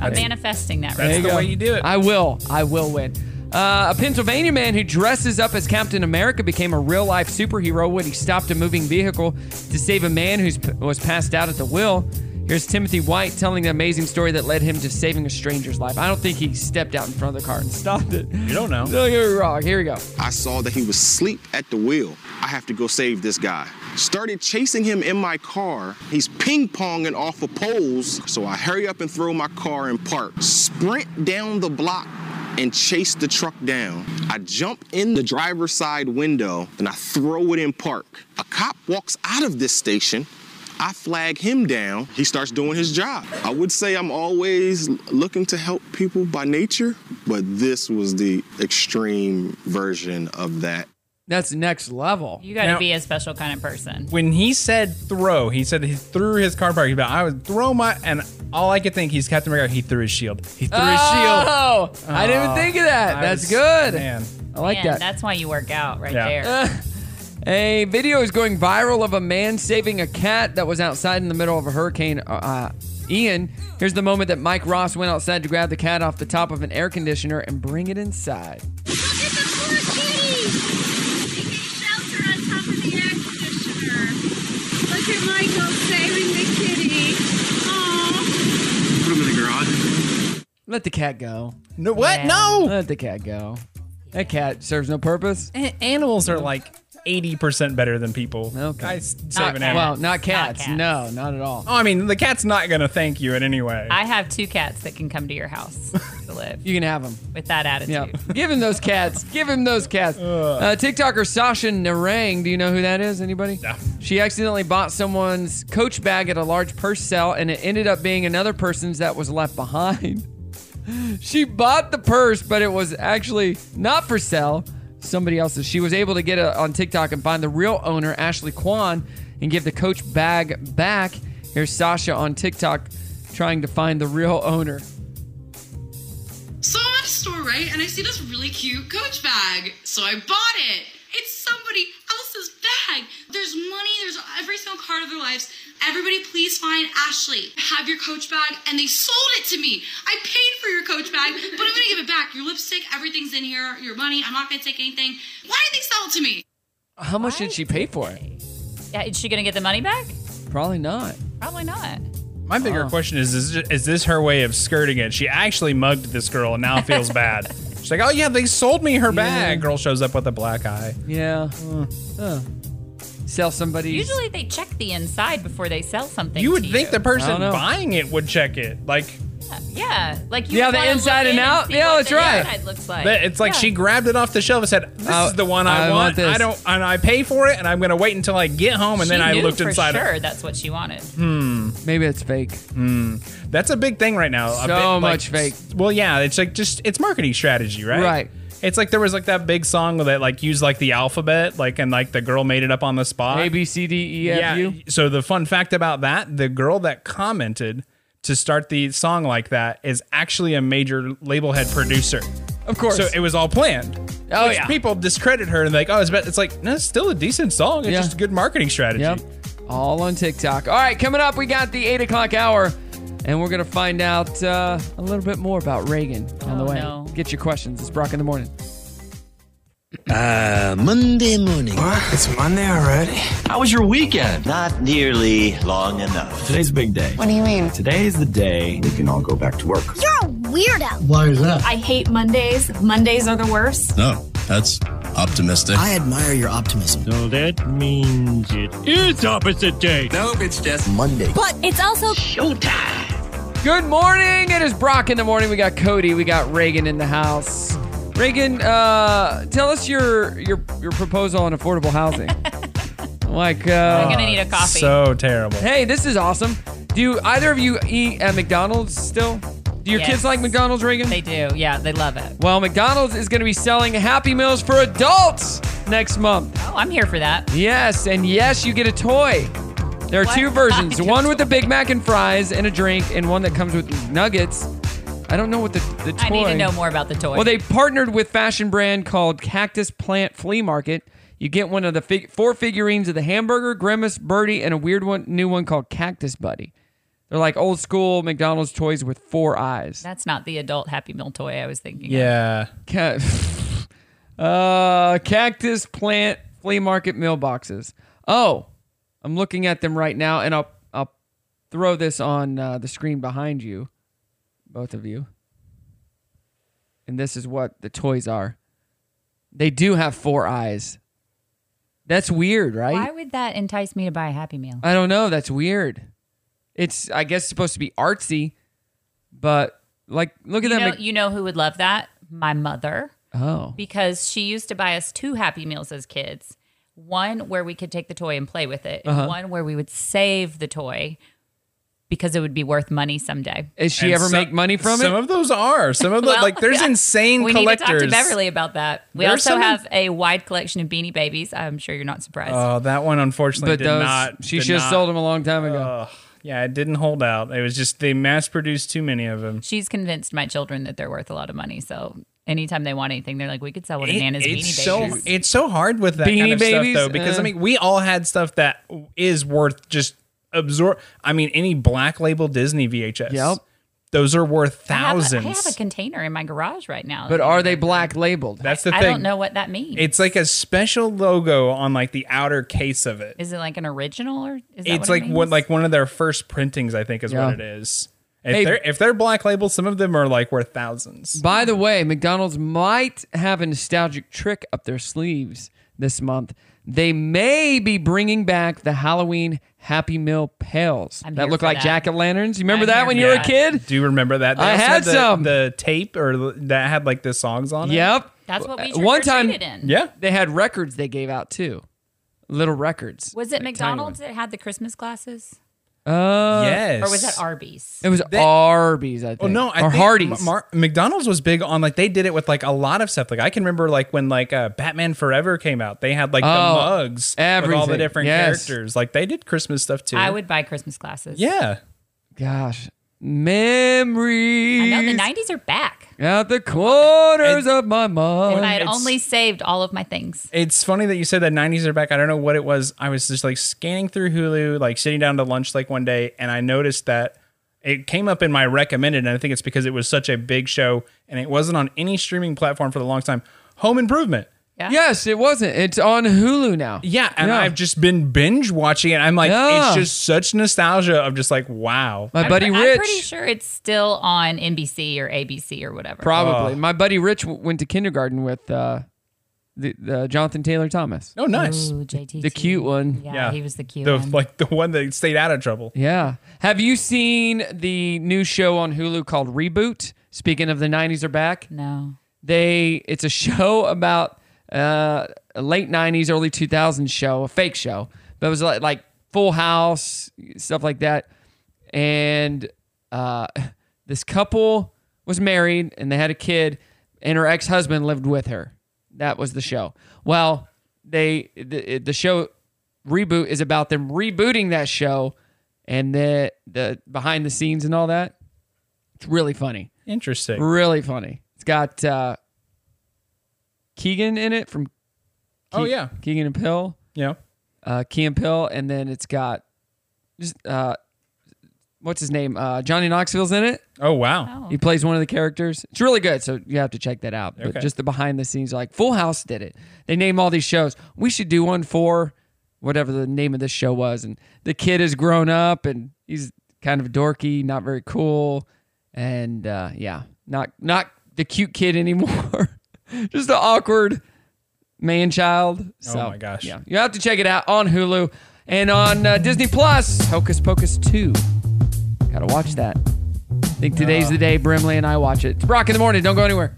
Speaker 7: I'm manifesting that
Speaker 6: That's
Speaker 7: right
Speaker 6: the
Speaker 7: now.
Speaker 6: way you do it.
Speaker 1: I will. I will win. Uh, a Pennsylvania man who dresses up as Captain America became a real life superhero when he stopped a moving vehicle to save a man who was passed out at the wheel. Here's Timothy White telling the amazing story that led him to saving a stranger's life. I don't think he stepped out in front of the car and stopped it. You
Speaker 6: don't know.
Speaker 1: No, you're wrong. Here we go.
Speaker 12: I saw that he was asleep at the wheel. I have to go save this guy. Started chasing him in my car. He's ping ponging off of poles. So I hurry up and throw my car in park, sprint down the block, and chase the truck down. I jump in the driver's side window and I throw it in park. A cop walks out of this station I flag him down, he starts doing his job. I would say I'm always looking to help people by nature, but this was the extreme version of that.
Speaker 1: That's next level.
Speaker 7: You got to
Speaker 6: Now-
Speaker 7: be a special kind of person.
Speaker 6: When he said throw, he said he threw his car park. He's like, I would throw my, and all I could think, he's Captain America. He threw his shield. He threw his shield.
Speaker 1: Oh, I didn't even
Speaker 6: Oh,
Speaker 1: think of that.
Speaker 6: I
Speaker 1: That's
Speaker 6: was-
Speaker 1: good.
Speaker 6: man.
Speaker 1: I like
Speaker 7: Man,
Speaker 1: that.
Speaker 7: That's why you work out right
Speaker 1: Yeah.
Speaker 7: there.
Speaker 1: A video is going viral of a man saving a cat that was outside in the middle of a hurricane. Uh, Ian, here's the moment that Mike Ross went outside to grab the cat off the top of an air conditioner and bring it inside.
Speaker 10: Look at Michael saving the kitty.
Speaker 1: Put him in the garage. Let the cat go.
Speaker 6: No, what?
Speaker 1: Yeah.
Speaker 6: No.
Speaker 1: Let the cat go. That cat serves no purpose.
Speaker 6: animals are like 80% better than people. Okay. I s- save
Speaker 1: Not-
Speaker 6: an animal.
Speaker 1: Well, not cats. No, not at all.
Speaker 6: Oh, I mean, the cat's not going to thank you in any way.
Speaker 7: I have two cats that can come to your house to live
Speaker 1: You can have them.
Speaker 7: with that attitude.
Speaker 1: Yeah. Give him those cats. Give him those cats. Uh, TikToker Sasha Narang. Do you know who that is? Anybody? No. She accidentally bought someone's coach bag at a large purse sale, and it ended up being another person's that was left behind. she bought the purse, but it was actually not for sale. Somebody else's. She was able to get it on TikTok and find the real owner, Ashley Kwan, and give the coach bag back. Here's Sasha on TikTok trying to find the real owner.
Speaker 13: So I'm at a store, right? And I see this really cute coach bag. So I bought it. It's somebody else's bag. There's money, there's every single card of their lives. Everybody, please find Ashley. Have your coach bag. And they sold it to me. I paid for your coach bag, but I'm going to give it back. Your lipstick, everything's in here, your money. I'm not going to take anything. Why did they sell it to me?
Speaker 1: How much did she pay for it?
Speaker 7: Yeah, is she gonna get the money back?
Speaker 1: Probably not.
Speaker 7: Probably not.
Speaker 6: My bigger question is, is is this her way of skirting it? She actually mugged this girl and now feels bad. She's like, oh, yeah, they sold me her bag. Girl shows up with a black eye.
Speaker 1: Yeah. Uh. Sell somebody.
Speaker 7: Usually they check the inside before they sell something.
Speaker 6: You would
Speaker 7: to
Speaker 6: think the person
Speaker 7: know.
Speaker 6: buying it would check it. Like,
Speaker 7: Yeah, like you.
Speaker 1: Yeah,
Speaker 7: would
Speaker 1: the
Speaker 7: wanna
Speaker 1: inside
Speaker 7: look
Speaker 1: and
Speaker 7: in
Speaker 1: out.
Speaker 7: see
Speaker 1: Yeah,
Speaker 7: what
Speaker 1: that's
Speaker 7: the
Speaker 1: right.
Speaker 7: Inside looks like.
Speaker 6: that- it's like
Speaker 7: Yeah.
Speaker 6: she grabbed it off the shelf and said, "This
Speaker 1: I-
Speaker 6: is the one Uh, I,
Speaker 1: I want
Speaker 6: want.
Speaker 1: this."
Speaker 6: I don't, and I pay for it, and I'm gonna wait until I get home, and then
Speaker 7: She
Speaker 6: I
Speaker 7: knew
Speaker 6: looked
Speaker 7: for
Speaker 6: inside.
Speaker 7: Sure, that's what she wanted.
Speaker 6: Hmm.
Speaker 1: Maybe it's fake.
Speaker 6: Hmm. That's a big thing right now. A
Speaker 1: So
Speaker 6: bit, like,
Speaker 1: much fake.
Speaker 6: Well, yeah, it's like just it's marketing strategy, right?
Speaker 1: Right.
Speaker 6: It's like there was like that big song that like used like the alphabet, like and like the girl made it up on the spot.
Speaker 1: A B C D E F
Speaker 6: yeah.
Speaker 1: U.
Speaker 6: So the fun fact about that, the girl that commented to start the song like that is actually a major labelhead producer.
Speaker 1: Of course.
Speaker 6: So it was all planned.
Speaker 1: Oh,
Speaker 6: Which
Speaker 1: yeah.
Speaker 6: People discredit her and like, oh, it's, bet- it's like no, it's still a decent song. It's
Speaker 1: Yeah.
Speaker 6: just a good marketing strategy.
Speaker 1: Yep. All on TikTok. All right, coming up, we got the eight o'clock hour, and we're gonna find out uh, a little bit more about Reagan on the
Speaker 7: Oh,
Speaker 1: way.
Speaker 7: no.
Speaker 1: Get your questions. It's Brock in the morning.
Speaker 14: Uh, Monday morning. What? It's Monday already? How was your weekend? Not nearly long enough. Today's a big day.
Speaker 15: What do you mean?
Speaker 14: Today's the day we can all go back to work.
Speaker 15: You're a weirdo.
Speaker 14: Why is that?
Speaker 15: I hate Mondays. Mondays are the worst.
Speaker 14: No, that's optimistic. I admire your optimism. So that means it is opposite day. Nope, it's just Monday.
Speaker 15: But it's also showtime.
Speaker 1: Good morning. It is Brock in the morning. We got Cody. We got Reagan in the house. Reagan, uh, tell us your your your proposal on affordable housing. like, uh,
Speaker 7: I'm gonna need a coffee.
Speaker 6: So terrible.
Speaker 1: Hey, this is awesome. Do you, either of you eat at McDonald's still? Do your
Speaker 7: Yes.
Speaker 1: kids like McDonald's, Reagan? They
Speaker 7: do. Yeah, they love it.
Speaker 1: Well, McDonald's is going to be selling Happy Meals for adults next month.
Speaker 7: Oh, I'm here for that.
Speaker 1: Yes, and yes, you get a toy. There are
Speaker 7: What?
Speaker 1: two versions: one with a Big Mac and fries and a drink, and one that comes with nuggets. I don't know what the the toy.
Speaker 7: I need to know more about the toy.
Speaker 1: Well, they partnered with fashion brand called Cactus Plant Flea Market. You get one of the fig- four figurines of the hamburger, Grimace, Birdie, and a weird one, new one called Cactus Buddy. They're like old school McDonald's toys with four eyes.
Speaker 7: That's not the adult Happy Meal toy I was thinking.
Speaker 6: Yeah.
Speaker 1: Ca- uh, cactus plant flea market mailboxes. Oh, I'm looking at them right now, and I'll I'll throw this on uh, the screen behind you, both of you. And this is what the toys are. They do have four eyes. That's weird, right?
Speaker 7: Why would that entice me to buy a Happy Meal?
Speaker 1: I don't know. That's weird. It's I guess supposed to be artsy, but like look at
Speaker 7: you
Speaker 1: that.
Speaker 7: know, you know who would love that? My mother.
Speaker 1: oh,
Speaker 7: Because she used to buy us two Happy Meals as kids one where we could take the toy and play with it, and
Speaker 1: Uh-huh.
Speaker 7: one where we would save the toy because it would be worth money someday.
Speaker 1: Is she ever make money from it?
Speaker 6: Some of those are. Some of the
Speaker 7: Well,
Speaker 6: like there's
Speaker 7: yeah.
Speaker 6: insane
Speaker 7: we
Speaker 6: collectors.
Speaker 7: need to talk to Beverly about that. We
Speaker 6: There are
Speaker 7: also
Speaker 6: some-
Speaker 7: have a wide collection of Beanie Babies. I'm sure you're not surprised.
Speaker 6: Oh, that one unfortunately
Speaker 1: But
Speaker 6: did
Speaker 1: those-
Speaker 6: not.
Speaker 1: she
Speaker 6: did
Speaker 1: should've
Speaker 6: not- Uh,
Speaker 1: sold them a long time ago.
Speaker 6: yeah, it didn't hold out. It was just they mass produced too many of them.
Speaker 7: She's convinced my children that they're worth a lot of money. So anytime they want anything, they're like, we could sell one of
Speaker 6: It-
Speaker 7: Nana's Beanie
Speaker 6: it's
Speaker 7: Babies.
Speaker 6: so it's so hard with that kind
Speaker 1: Beanie
Speaker 6: of
Speaker 1: Babies,
Speaker 6: stuff though because
Speaker 1: uh.
Speaker 6: I mean we all had stuff that is worth just absorb. I mean any black label Disney VHS. Yep, those are worth
Speaker 7: I have a- I
Speaker 6: thousands.
Speaker 7: have a container in my garage right now.
Speaker 6: But
Speaker 1: are they black labeled?
Speaker 6: That's the
Speaker 7: I
Speaker 6: thing.
Speaker 7: don't know what that means.
Speaker 6: It's like a special logo on like the outer case of it.
Speaker 7: Is it like an original or is that
Speaker 6: it's
Speaker 7: what
Speaker 6: like
Speaker 7: it
Speaker 6: what
Speaker 7: means?
Speaker 6: like one of their first printings, I think, is
Speaker 1: Yeah.
Speaker 6: what it is. If
Speaker 1: Hey-
Speaker 6: they're if they're black label, some of them are like worth thousands.
Speaker 1: By the way, McDonald's might have a nostalgic trick up their sleeves this month. They may be bringing back the Halloween Happy Meal pails that
Speaker 6: here
Speaker 1: look
Speaker 6: for
Speaker 1: like
Speaker 6: that.
Speaker 1: jack o' lanterns. You remember that when you were a kid?
Speaker 6: Do you remember that?
Speaker 1: I
Speaker 6: also
Speaker 1: had
Speaker 6: the,
Speaker 1: some.
Speaker 6: The tape or l- that had like the songs on it.
Speaker 1: Yep.
Speaker 7: That's what we
Speaker 1: Uh, One time,
Speaker 7: trick-or-treated in.
Speaker 6: Yeah.
Speaker 1: they had records they gave out too, little records.
Speaker 7: Was it
Speaker 1: like tiny
Speaker 7: McDonald's that had the Christmas glasses?
Speaker 1: ones. Uh,
Speaker 6: Yes.
Speaker 7: Or was that Arby's?
Speaker 1: It was Arby's, I think.
Speaker 6: Oh no, I
Speaker 1: or
Speaker 6: think
Speaker 1: Hardee's.
Speaker 6: M- Mar- McDonald's was big on like they did it with like a lot of stuff. Like I can remember like when like uh, Batman Forever came out, they had like
Speaker 1: Oh,
Speaker 6: the mugs with all the
Speaker 1: everything.
Speaker 6: different
Speaker 1: Yes.
Speaker 6: characters. Like they did Christmas stuff too.
Speaker 7: I would buy Christmas glasses.
Speaker 6: Yeah.
Speaker 1: Gosh, memories.
Speaker 7: I know the 90s are back.
Speaker 1: At the corners of my mind.
Speaker 7: If I had only saved all of my things.
Speaker 6: It's funny that you said that 90s are back. I don't know what it was. I was just like scanning through Hulu, like sitting down to lunch like one day, and I noticed that it came up in my recommended, and I think it's because it was such a big show and it wasn't on any streaming platform for the long time. Home Improvement.
Speaker 1: Yes, it wasn't. It's on Hulu now.
Speaker 6: Yeah, and
Speaker 1: Yeah.
Speaker 6: I've just been binge watching it. I'm like,
Speaker 1: Yeah.
Speaker 6: it's just such nostalgia of just like, wow.
Speaker 1: My buddy
Speaker 7: I'm
Speaker 1: Rich.
Speaker 7: pretty sure it's still on NBC or ABC or whatever.
Speaker 6: Oh.
Speaker 1: Probably. My buddy Rich w- went to kindergarten with uh, the, the Jonathan Taylor Thomas.
Speaker 6: Oh, nice.
Speaker 7: Ooh, JTT.
Speaker 1: The cute one.
Speaker 7: Yeah,
Speaker 6: Yeah.
Speaker 7: he was the cute
Speaker 6: The,
Speaker 7: one.
Speaker 6: like the one that stayed out of trouble.
Speaker 1: Yeah. Have you seen the new show on Hulu called Reboot? Speaking of the 90s are back.
Speaker 7: No.
Speaker 1: They it's a show about uh, a late 90s early 2000s show, a fake show. That was like, like Full House, stuff like that. And uh, this couple was married and they had a kid and her ex-husband lived with her. That was the show. Well, they the, the show reboot is about them rebooting that show and the the behind the scenes and all that. It's really funny.
Speaker 6: Interesting.
Speaker 1: Really funny. It's got uh, Keegan in it from.
Speaker 6: Oh, yeah.
Speaker 1: Keegan and Pill.
Speaker 6: Yeah.
Speaker 1: Uh, Key and Pill, and then it's got just uh, what's his name? Uh, Johnny Knoxville's in it.
Speaker 6: Oh wow.
Speaker 1: He plays one of the characters. It's really good, so you have to check that out. But
Speaker 6: Okay.
Speaker 1: just the behind the scenes, like Full House did it. They name all these shows. We should do one for whatever the name of this show was. And the kid has grown up, and he's kind of dorky, not very cool, and uh, yeah, not not the cute kid anymore. just the awkward man child. So,
Speaker 6: Oh my gosh.
Speaker 1: yeah, you have to check it out on Hulu and on uh, Disney Plus. Hocus Pocus two. Gotta watch that. I think today's the day Brimley and I watch it. It's Brock in the morning. Don't go anywhere.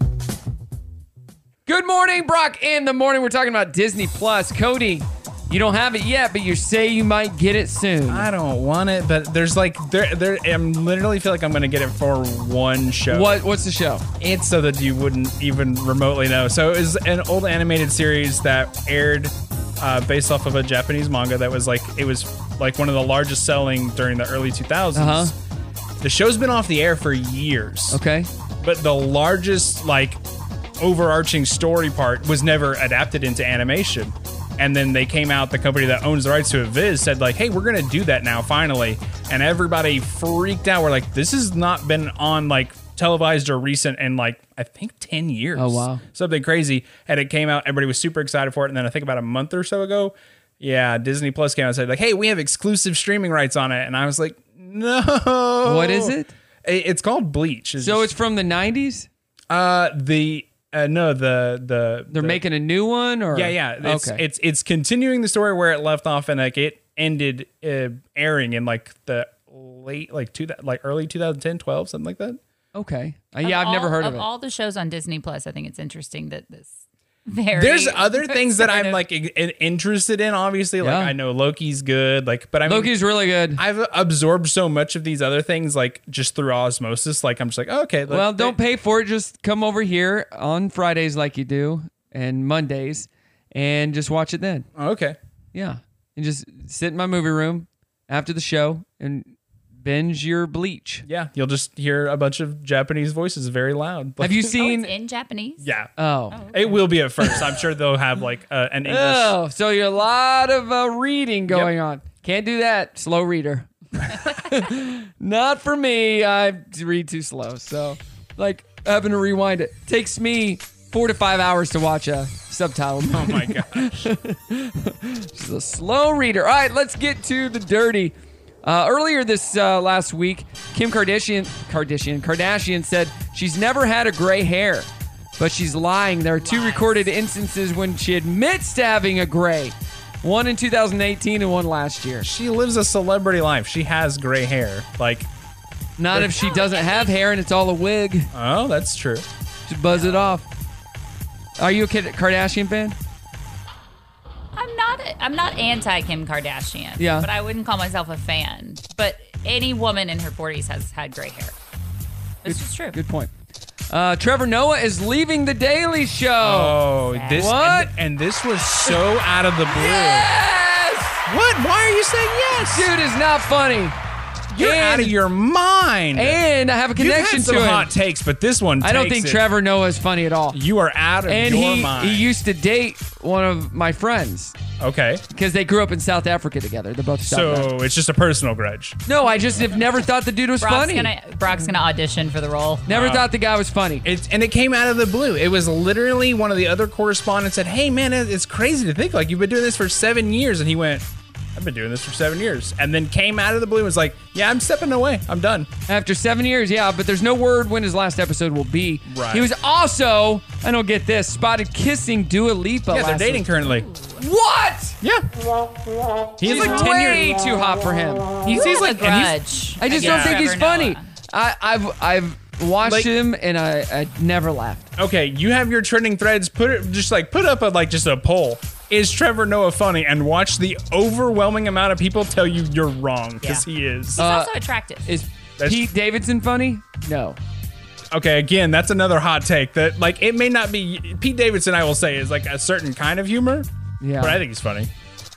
Speaker 1: Good morning, Brock in the morning. We're talking about Disney Plus. Cody, you don't have it yet, but you say you might get it soon.
Speaker 6: I don't want it, but there's like there there I'm literally feel like I'm gonna get it for one show.
Speaker 1: What what's the show?
Speaker 6: It's so that you wouldn't even remotely know. So it was an old animated series that aired uh, based off of a Japanese manga that was like it was like one of the largest selling during the early 2000s.
Speaker 1: Uh-huh.
Speaker 6: The show's been off the air for years.
Speaker 1: Okay.
Speaker 6: But the largest like overarching story part was never adapted into animation. And then they came out, the company that owns the rights to it, Viz, said, like, hey, we're going to do that now, finally. And everybody freaked out. We're like, this has not been on, like, televised or recent in, like, I think 10 years.
Speaker 1: Oh, wow.
Speaker 6: Something crazy. And it came out, everybody was super excited for it. And then I think about a month or so ago, yeah, Disney Plus came out and said, like, hey, we have exclusive streaming rights on it. And I was like, No.
Speaker 1: What is it?
Speaker 6: It's called Bleach.
Speaker 1: so it's from the '90s.
Speaker 6: Uh, the uh, no, the the
Speaker 1: they're making a new one, or
Speaker 6: yeah, yeah. It's,
Speaker 1: okay,
Speaker 6: it's it's continuing the story where it left off, and like it ended uh, airing in like the late like two like early 2010, 12, something like that.
Speaker 1: okay. Uh, yeah, I've never
Speaker 7: all-
Speaker 1: heard of,
Speaker 7: of
Speaker 1: it.
Speaker 7: all the shows on Disney Plus. I think it's interesting that this very
Speaker 6: There's other things that
Speaker 7: sort
Speaker 6: I'm
Speaker 7: of-
Speaker 6: like in- in- interested in. Obviously, like
Speaker 1: Yeah.
Speaker 6: I know Loki's good, like but I'm
Speaker 1: Loki's really good.
Speaker 6: I've absorbed so much of these other things, like just through osmosis. Like I'm just like, oh, okay,
Speaker 1: well, don't pay for it. Just come over here on Fridays, like you do, and Mondays, and just watch it then.
Speaker 6: okay,
Speaker 1: yeah, and just sit in my movie room after the show and binge your Bleach.
Speaker 6: yeah, you'll just hear a bunch of Japanese voices very loud.
Speaker 1: Have you
Speaker 6: Like-
Speaker 1: seen?
Speaker 7: It's in Japanese.
Speaker 6: Yeah.
Speaker 1: Oh.
Speaker 6: It will be at first. I'm sure they'll have like uh, an English.
Speaker 1: Oh, so you're a lot of uh, reading going on. Can't do that, slow reader. Not for me. I read too slow. So, like having to rewind it takes me four to five hours to watch a subtitle. Oh
Speaker 6: my gosh,
Speaker 1: she's a slow reader. All right, let's get to the dirty. Uh, earlier this uh, last week, Kim Kardashian, Kardashian, Kardashian said she's never had a gray hair, but she's lying. There are two recorded instances when she admits to having a gray. One in 2018 and one last year.
Speaker 6: She lives a celebrity life. She has gray hair. Like,
Speaker 1: not if she doesn't have hair and it's all a wig.
Speaker 6: Oh, that's true.
Speaker 1: Just buzz it off. Are you a Kid- Kardashian fan?
Speaker 7: I'm not. I'm not anti Kim Kardashian.
Speaker 1: Yeah.
Speaker 7: But I wouldn't call myself a fan. But any woman in her 40s has had gray hair. This is true.
Speaker 1: Good point. Uh, Trevor Noah is leaving The Daily Show.
Speaker 6: Oh, this
Speaker 1: what?
Speaker 6: And, and this was so out of the blue. What? Why are you saying yes?
Speaker 1: Dude is not funny.
Speaker 6: You're out of your mind.
Speaker 1: And I have a
Speaker 6: You've
Speaker 1: connection
Speaker 6: had some
Speaker 1: to him.
Speaker 6: hot takes, but this one.
Speaker 1: I don't
Speaker 6: takes
Speaker 1: think
Speaker 6: it.
Speaker 1: Trevor Noah is funny at all.
Speaker 6: You are out of
Speaker 1: and
Speaker 6: your
Speaker 1: he,
Speaker 6: mind.
Speaker 1: he used to date one of my friends.
Speaker 6: Okay.
Speaker 1: Because they grew up in South Africa together. They're both South
Speaker 6: so
Speaker 1: African.
Speaker 6: it's just a personal grudge.
Speaker 1: No, I just have never thought the dude was
Speaker 7: Brock's
Speaker 1: funny.
Speaker 7: gonna Brock's gonna audition for the role.
Speaker 6: Uh,
Speaker 1: Never thought the guy was funny.
Speaker 6: It's and it came out of the blue. It was literally one of the other correspondents said, "Hey man, it- it's crazy to think like you've been doing this for seven years," and he went. I've been doing this for seven years, and then came out of the blue and was like, "Yeah, I'm stepping away. I'm done."
Speaker 1: After seven years, yeah, but there's no word when his last episode will be.
Speaker 6: Right.
Speaker 1: He was also, I don't get this, spotted kissing Dua Lipa.
Speaker 6: yeah, they're
Speaker 1: last
Speaker 6: dating
Speaker 1: week.
Speaker 6: currently.
Speaker 1: What?
Speaker 6: Yeah.
Speaker 1: He's
Speaker 6: He's
Speaker 1: like
Speaker 6: like 10
Speaker 1: way
Speaker 6: years-
Speaker 1: too hot for him.
Speaker 7: He's- he's
Speaker 6: like- and he's-
Speaker 1: I just don't
Speaker 6: Yeah.
Speaker 1: think he's
Speaker 6: Trevor
Speaker 1: funny. I, I've I've watched
Speaker 6: Like-
Speaker 1: him and I, I never laughed.
Speaker 6: Okay, you have your trending threads. Put it just like put up a like just a poll. Is Trevor Noah funny? And watch the overwhelming amount of people tell you you're wrong because he is.
Speaker 7: He's also attractive.
Speaker 1: Uh, Is Pete Davidson funny? No.
Speaker 6: Okay, again, that's another hot take that like it may not be Pete Davidson. I will say is like a certain kind of humor.
Speaker 1: Yeah.
Speaker 6: but I think he's funny.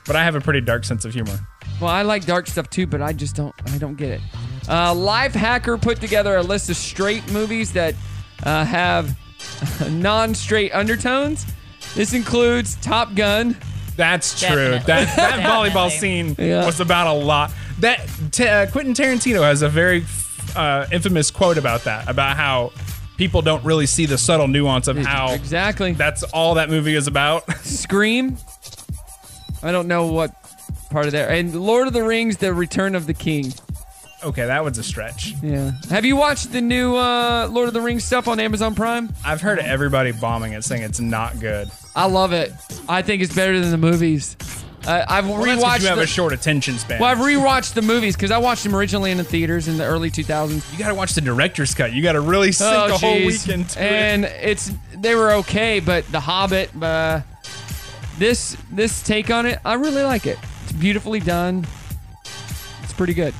Speaker 6: But I have a pretty dark sense of humor.
Speaker 1: Well, I like dark stuff too, but I just don't I don't get it. Uh, Life Hacker put together a list of straight movies that uh, have non-straight undertones. This includes Top Gun.
Speaker 6: That's True. That that volleyball scene
Speaker 1: Yeah.
Speaker 6: was about a lot. That t- uh, Quentin Tarantino has a very uh, infamous quote about that, about how people don't really see the subtle nuance of how
Speaker 1: E, exactly
Speaker 6: that's all that movie is about.
Speaker 1: Scream. I don't know what part of there. And Lord of the Rings: The Return of the King.
Speaker 6: okay, that was a stretch.
Speaker 1: Yeah. Have you watched the new uh, Lord of the Rings stuff on Amazon Prime?
Speaker 6: I've heard everybody bombing it, saying it's not good.
Speaker 1: I love it. I think it's better than the movies. Uh, I've
Speaker 6: Well, that's 'cause
Speaker 1: rewatched.
Speaker 6: You have
Speaker 1: the,
Speaker 6: a short attention span.
Speaker 1: well, I've rewatched the movies because I watched them originally in the theaters in the early 2000s.
Speaker 6: you got to watch the director's cut. You got to really sink
Speaker 1: Oh,
Speaker 6: the whole
Speaker 1: jeez.
Speaker 6: weekend. To
Speaker 1: and
Speaker 6: it.
Speaker 1: it's they were okay, but The Hobbit, uh, this this take on it, I really like it. It's beautifully done. It's pretty good.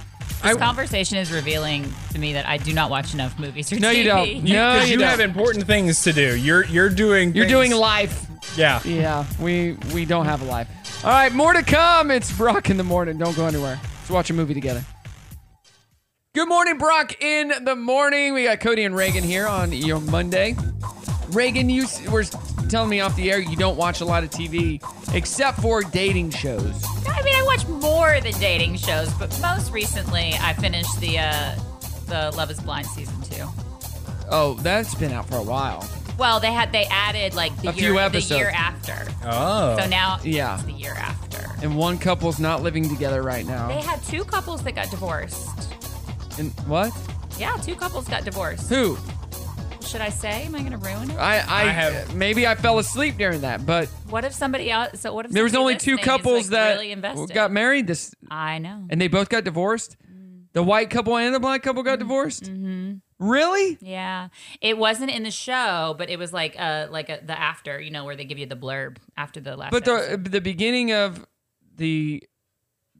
Speaker 7: This conversation is revealing to me that I do not watch enough movies. Or
Speaker 1: No, you
Speaker 7: TV.
Speaker 1: don't.
Speaker 6: You, 'cause you have important things to do. You're you're doing
Speaker 1: You're
Speaker 6: things-
Speaker 1: doing life.
Speaker 6: Yeah.
Speaker 1: Yeah, we we don't have a life. All right, more to come. It's Brock in the morning. Don't go anywhere. Let's watch a movie together. Good morning, Brock in the morning. We got Cody and Reagan here on your Monday. Reagan, you s- were telling me off the air you don't watch a lot of TV except for dating shows.
Speaker 7: I mean, I watch more than dating shows, but most recently I finished the uh, the Love Is Blind season two.
Speaker 1: Oh, that's been out for a while.
Speaker 7: Well, they had they added like the
Speaker 1: A
Speaker 7: year
Speaker 1: few episodes.
Speaker 7: the year after.
Speaker 1: Oh.
Speaker 7: So now
Speaker 1: Yeah.
Speaker 7: it's the year after.
Speaker 1: And one couple's not living together right now.
Speaker 7: They had two couples that got divorced.
Speaker 1: And what?
Speaker 7: Yeah, two couples got divorced.
Speaker 1: Who?
Speaker 7: Should I say? Am I going to ruin it?
Speaker 1: I, I, maybe I fell asleep during that, but
Speaker 7: What if somebody else? So what if
Speaker 1: there was
Speaker 7: somebody
Speaker 1: only two
Speaker 7: listening is,
Speaker 1: couples
Speaker 7: like,
Speaker 1: that
Speaker 7: really invested?
Speaker 1: got married this,
Speaker 7: I know.
Speaker 1: and they both got divorced.
Speaker 7: Mm.
Speaker 1: The white couple and the black couple got
Speaker 7: Mm-hmm.
Speaker 1: divorced. Really?
Speaker 7: Yeah, it wasn't in the show, but it was like uh like a, the after, you know, where they give you the blurb after the last.
Speaker 1: But the the beginning of the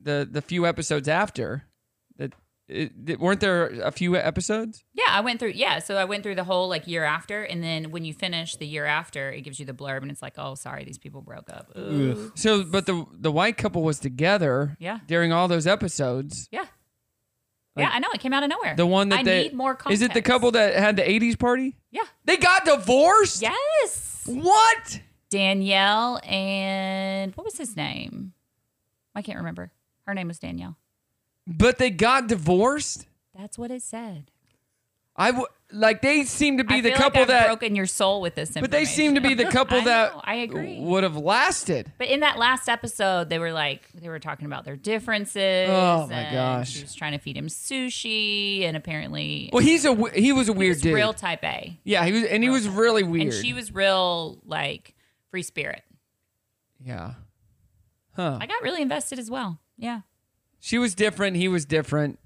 Speaker 1: the the few episodes after that, it, it- weren't there a few episodes?
Speaker 7: Yeah, I went through. Yeah, so I went through the whole like year after, and then when you finish the year after, it gives you the blurb, and it's like, oh, sorry, these people broke up. Ooh.
Speaker 1: So, but the the white couple was together.
Speaker 7: Yeah.
Speaker 1: During all those episodes.
Speaker 7: Yeah. yeah,
Speaker 1: Like,
Speaker 7: I know it came out of nowhere.
Speaker 1: The one that
Speaker 7: I
Speaker 1: they
Speaker 7: need more
Speaker 1: is
Speaker 7: context.
Speaker 1: it the couple that had the '80s party?
Speaker 7: Yeah.
Speaker 1: They got divorced.
Speaker 7: Yes.
Speaker 1: What?
Speaker 7: Danielle and what was his name? I can't remember. Her name was Danielle.
Speaker 1: But they got divorced.
Speaker 7: That's what it said.
Speaker 1: I w- like they seem to be
Speaker 7: I
Speaker 1: the
Speaker 7: feel
Speaker 1: couple
Speaker 7: like I've
Speaker 1: that.
Speaker 7: broken your soul with this.
Speaker 1: but they seem to be the
Speaker 7: information.
Speaker 1: couple
Speaker 7: I
Speaker 1: that
Speaker 7: know, I agree.
Speaker 1: would have lasted.
Speaker 7: But in that last episode, they were like they were talking about their differences.
Speaker 1: Oh, my
Speaker 7: and
Speaker 1: gosh.
Speaker 7: She was trying to feed him sushi, and apparently,
Speaker 1: Well, he's a w- he was a
Speaker 7: he
Speaker 1: weird
Speaker 7: was
Speaker 1: dude.
Speaker 7: real type A,
Speaker 1: yeah, he was, and he was really weird.
Speaker 7: and she was real like free spirit.
Speaker 1: yeah. Huh.
Speaker 7: I got really invested as well. Yeah,
Speaker 1: She was different. He was different.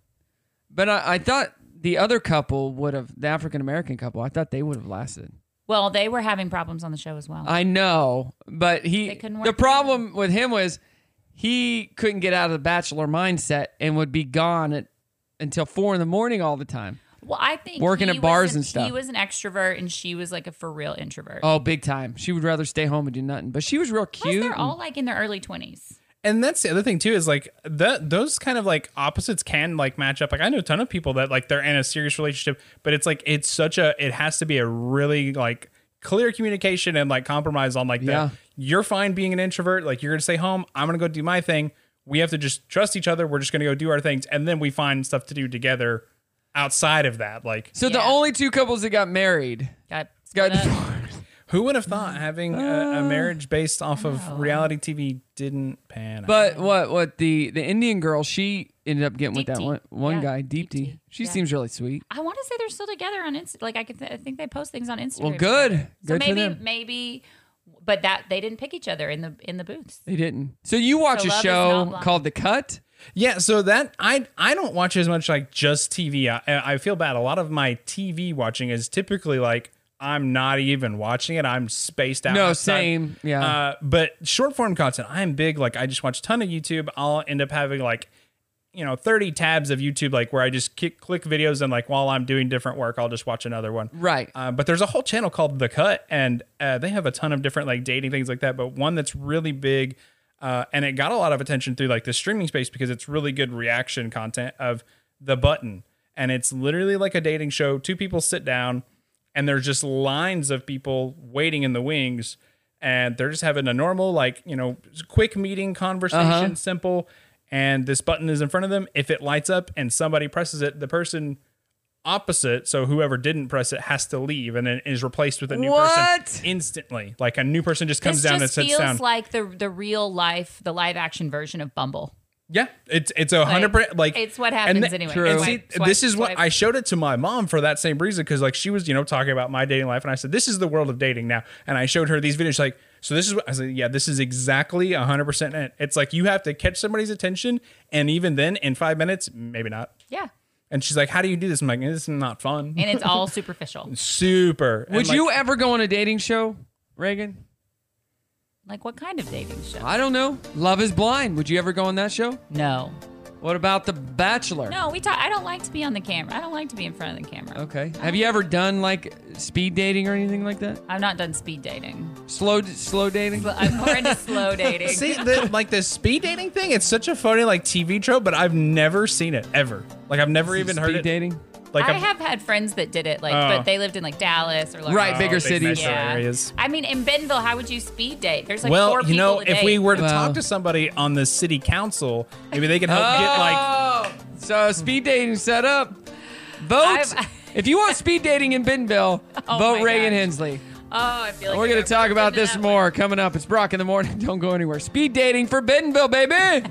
Speaker 1: But I, I thought the other couple would have, the African American couple, I thought they would have lasted.
Speaker 7: well, they were having problems on the show as well.
Speaker 1: I know, but
Speaker 7: They
Speaker 1: he,
Speaker 7: couldn't work
Speaker 1: the
Speaker 7: it
Speaker 1: problem with him was he couldn't get out of the bachelor mindset and would be gone at, until four in the morning all the time.
Speaker 7: well, I think
Speaker 1: Working
Speaker 7: he
Speaker 1: at bars
Speaker 7: was an-
Speaker 1: and stuff.
Speaker 7: He was an extrovert, and she was like a for real introvert.
Speaker 1: Oh, big time. She would rather stay home and do nothing, but she was real
Speaker 7: Plus,
Speaker 1: cute.
Speaker 7: they're
Speaker 1: and-
Speaker 7: all like in their early twenties.
Speaker 6: And that's the other thing too is like that those kind of like opposites can like match up. Like I know a ton of people that like they're in a serious relationship, but it's like it's such a it has to be a really like clear communication and like compromise on like
Speaker 1: Yeah.
Speaker 6: that. You're fine being an introvert, like you're gonna stay home, I'm gonna go do my thing. We have to just trust each other, we're just gonna go do our things, and then we find stuff to do together outside of that. Like
Speaker 1: so the only two couples that got married
Speaker 7: got,
Speaker 1: got
Speaker 6: Who would have thought having a, a marriage based off of reality TV didn't pan out?
Speaker 1: But what what the the Indian girl she ended up getting with that one one
Speaker 7: Yeah,
Speaker 1: guy Deepti. She seems really sweet.
Speaker 7: I want to say they're still together on Insta. Like I, could th- I think they post things on Instagram.
Speaker 1: Well, good,
Speaker 7: So
Speaker 1: good for
Speaker 7: maybe,
Speaker 1: them.
Speaker 7: maybe, but that they didn't pick each other in the in the booths.
Speaker 1: They didn't. So you watch a
Speaker 7: So love is not
Speaker 1: show
Speaker 7: blind.
Speaker 1: called The Cut?
Speaker 6: Yeah, so that I I don't watch as much like just TV. I, I feel bad. A lot of my TV watching is typically like I'm not even watching it. I'm spaced out.
Speaker 1: No,
Speaker 6: outside.
Speaker 1: same. Yeah.
Speaker 6: Uh, but short form content, I'm big. Like I just watch a ton of YouTube. I'll end up having like you know 30 tabs of YouTube, like where I just kick, click videos and like while I'm doing different work, I'll just watch another one.
Speaker 1: Right.
Speaker 6: Uh, but there's a whole channel called The Cut, and uh, they have a ton of different like dating things like that. But one that's really big, uh, and it got a lot of attention through like the streaming space because it's really good reaction content of The Button, and it's literally like a dating show. Two people sit down, and there's just lines of people waiting in the wings, and they're just having a normal like you know quick meeting conversation,
Speaker 1: Uh-huh.
Speaker 6: simple. And this button is in front of them. If it lights up and somebody presses it, the person opposite so whoever didn't press it has to leave and then is replaced with a new
Speaker 7: What?
Speaker 6: person instantly like a new person just comes
Speaker 7: this
Speaker 6: down
Speaker 7: just
Speaker 6: and sits
Speaker 7: feels
Speaker 6: down
Speaker 7: like the the real life, the live action version of Bumble.
Speaker 6: yeah it's it's a hundred percent like
Speaker 7: it's what happens
Speaker 6: th-
Speaker 7: anyway.
Speaker 6: and
Speaker 7: Swipe,
Speaker 6: see,
Speaker 7: swipe,
Speaker 6: this is what
Speaker 7: swipe.
Speaker 6: i showed it to my mom for that same reason because like she was you know talking about my dating life and i said this is the world of dating now and i showed her these videos she's like so this is what i said yeah this is exactly a hundred percent it it's like you have to catch somebody's attention and even then in five minutes maybe not
Speaker 7: Yeah,
Speaker 6: and she's like how do you do this i'm like this is not fun
Speaker 7: and it's all superficial.
Speaker 6: super And,
Speaker 1: Would
Speaker 6: like,
Speaker 1: you ever go on a dating show, Reagan?
Speaker 7: Like what kind of dating show?
Speaker 1: I don't know. Love is blind. Would you ever go on that show?
Speaker 7: No.
Speaker 1: What about The Bachelor?
Speaker 7: No, we talk. I don't like to be on the camera. I don't like to be in front of the camera.
Speaker 1: Okay. Have you ever done like speed dating or anything like that?
Speaker 7: I've not done speed dating.
Speaker 1: Slow slow dating?
Speaker 7: I'm more into slow dating.
Speaker 6: See, the, like the speed dating thing, it's such a funny like TV trope, but I've never seen it ever. Like I've never even heard
Speaker 1: speed
Speaker 6: it.
Speaker 1: dating.
Speaker 6: Like
Speaker 7: I
Speaker 6: I've-
Speaker 7: have had friends that did it, like,
Speaker 6: Oh.
Speaker 7: but they lived in like Dallas or like
Speaker 6: Right, bigger Oh, big cities. metro areas.
Speaker 7: I mean, in Bentonville, how would you speed date? There's like
Speaker 6: well,
Speaker 7: four
Speaker 6: you know,
Speaker 7: people Oh, to
Speaker 6: if we
Speaker 7: date.
Speaker 6: were to talk to somebody on the city council, maybe they could help get like.
Speaker 1: oh, so speed dating set up. Vote if you want speed dating in Bentonville.
Speaker 7: Oh
Speaker 1: vote
Speaker 7: my
Speaker 1: Reagan
Speaker 7: gosh.
Speaker 1: Hensley.
Speaker 7: Oh, I feel like
Speaker 1: We're
Speaker 7: I
Speaker 1: gonna
Speaker 7: got
Speaker 1: talk about
Speaker 7: roped into
Speaker 1: this
Speaker 7: that
Speaker 1: more coming up. It's Brock in the morning. Don't go anywhere. Speed dating for Bentonville, baby.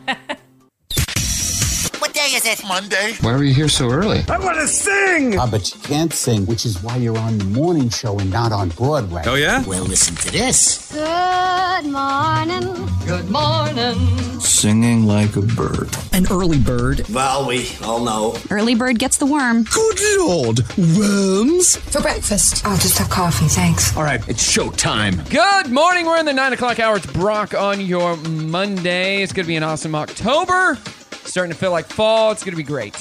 Speaker 16: What day is it? Monday.
Speaker 17: Why were you here so early?
Speaker 16: I want to sing!
Speaker 18: Ah, but you can't sing, which is why you're on the morning show and not on Broadway.
Speaker 16: Oh, yeah?
Speaker 18: Well, listen to this.
Speaker 15: Good morning. Good morning.
Speaker 14: Singing like a bird.
Speaker 19: An early bird.
Speaker 14: Well, we all know.
Speaker 19: Early bird gets the worm.
Speaker 14: Good lord, worms?
Speaker 19: For breakfast.
Speaker 11: I'll just have coffee, thanks.
Speaker 14: All right, it's showtime.
Speaker 1: Good morning. We're in the nine o'clock hour. It's Brock on your Monday. It's going to be an awesome October. Starting to feel like fall. It's going to be great.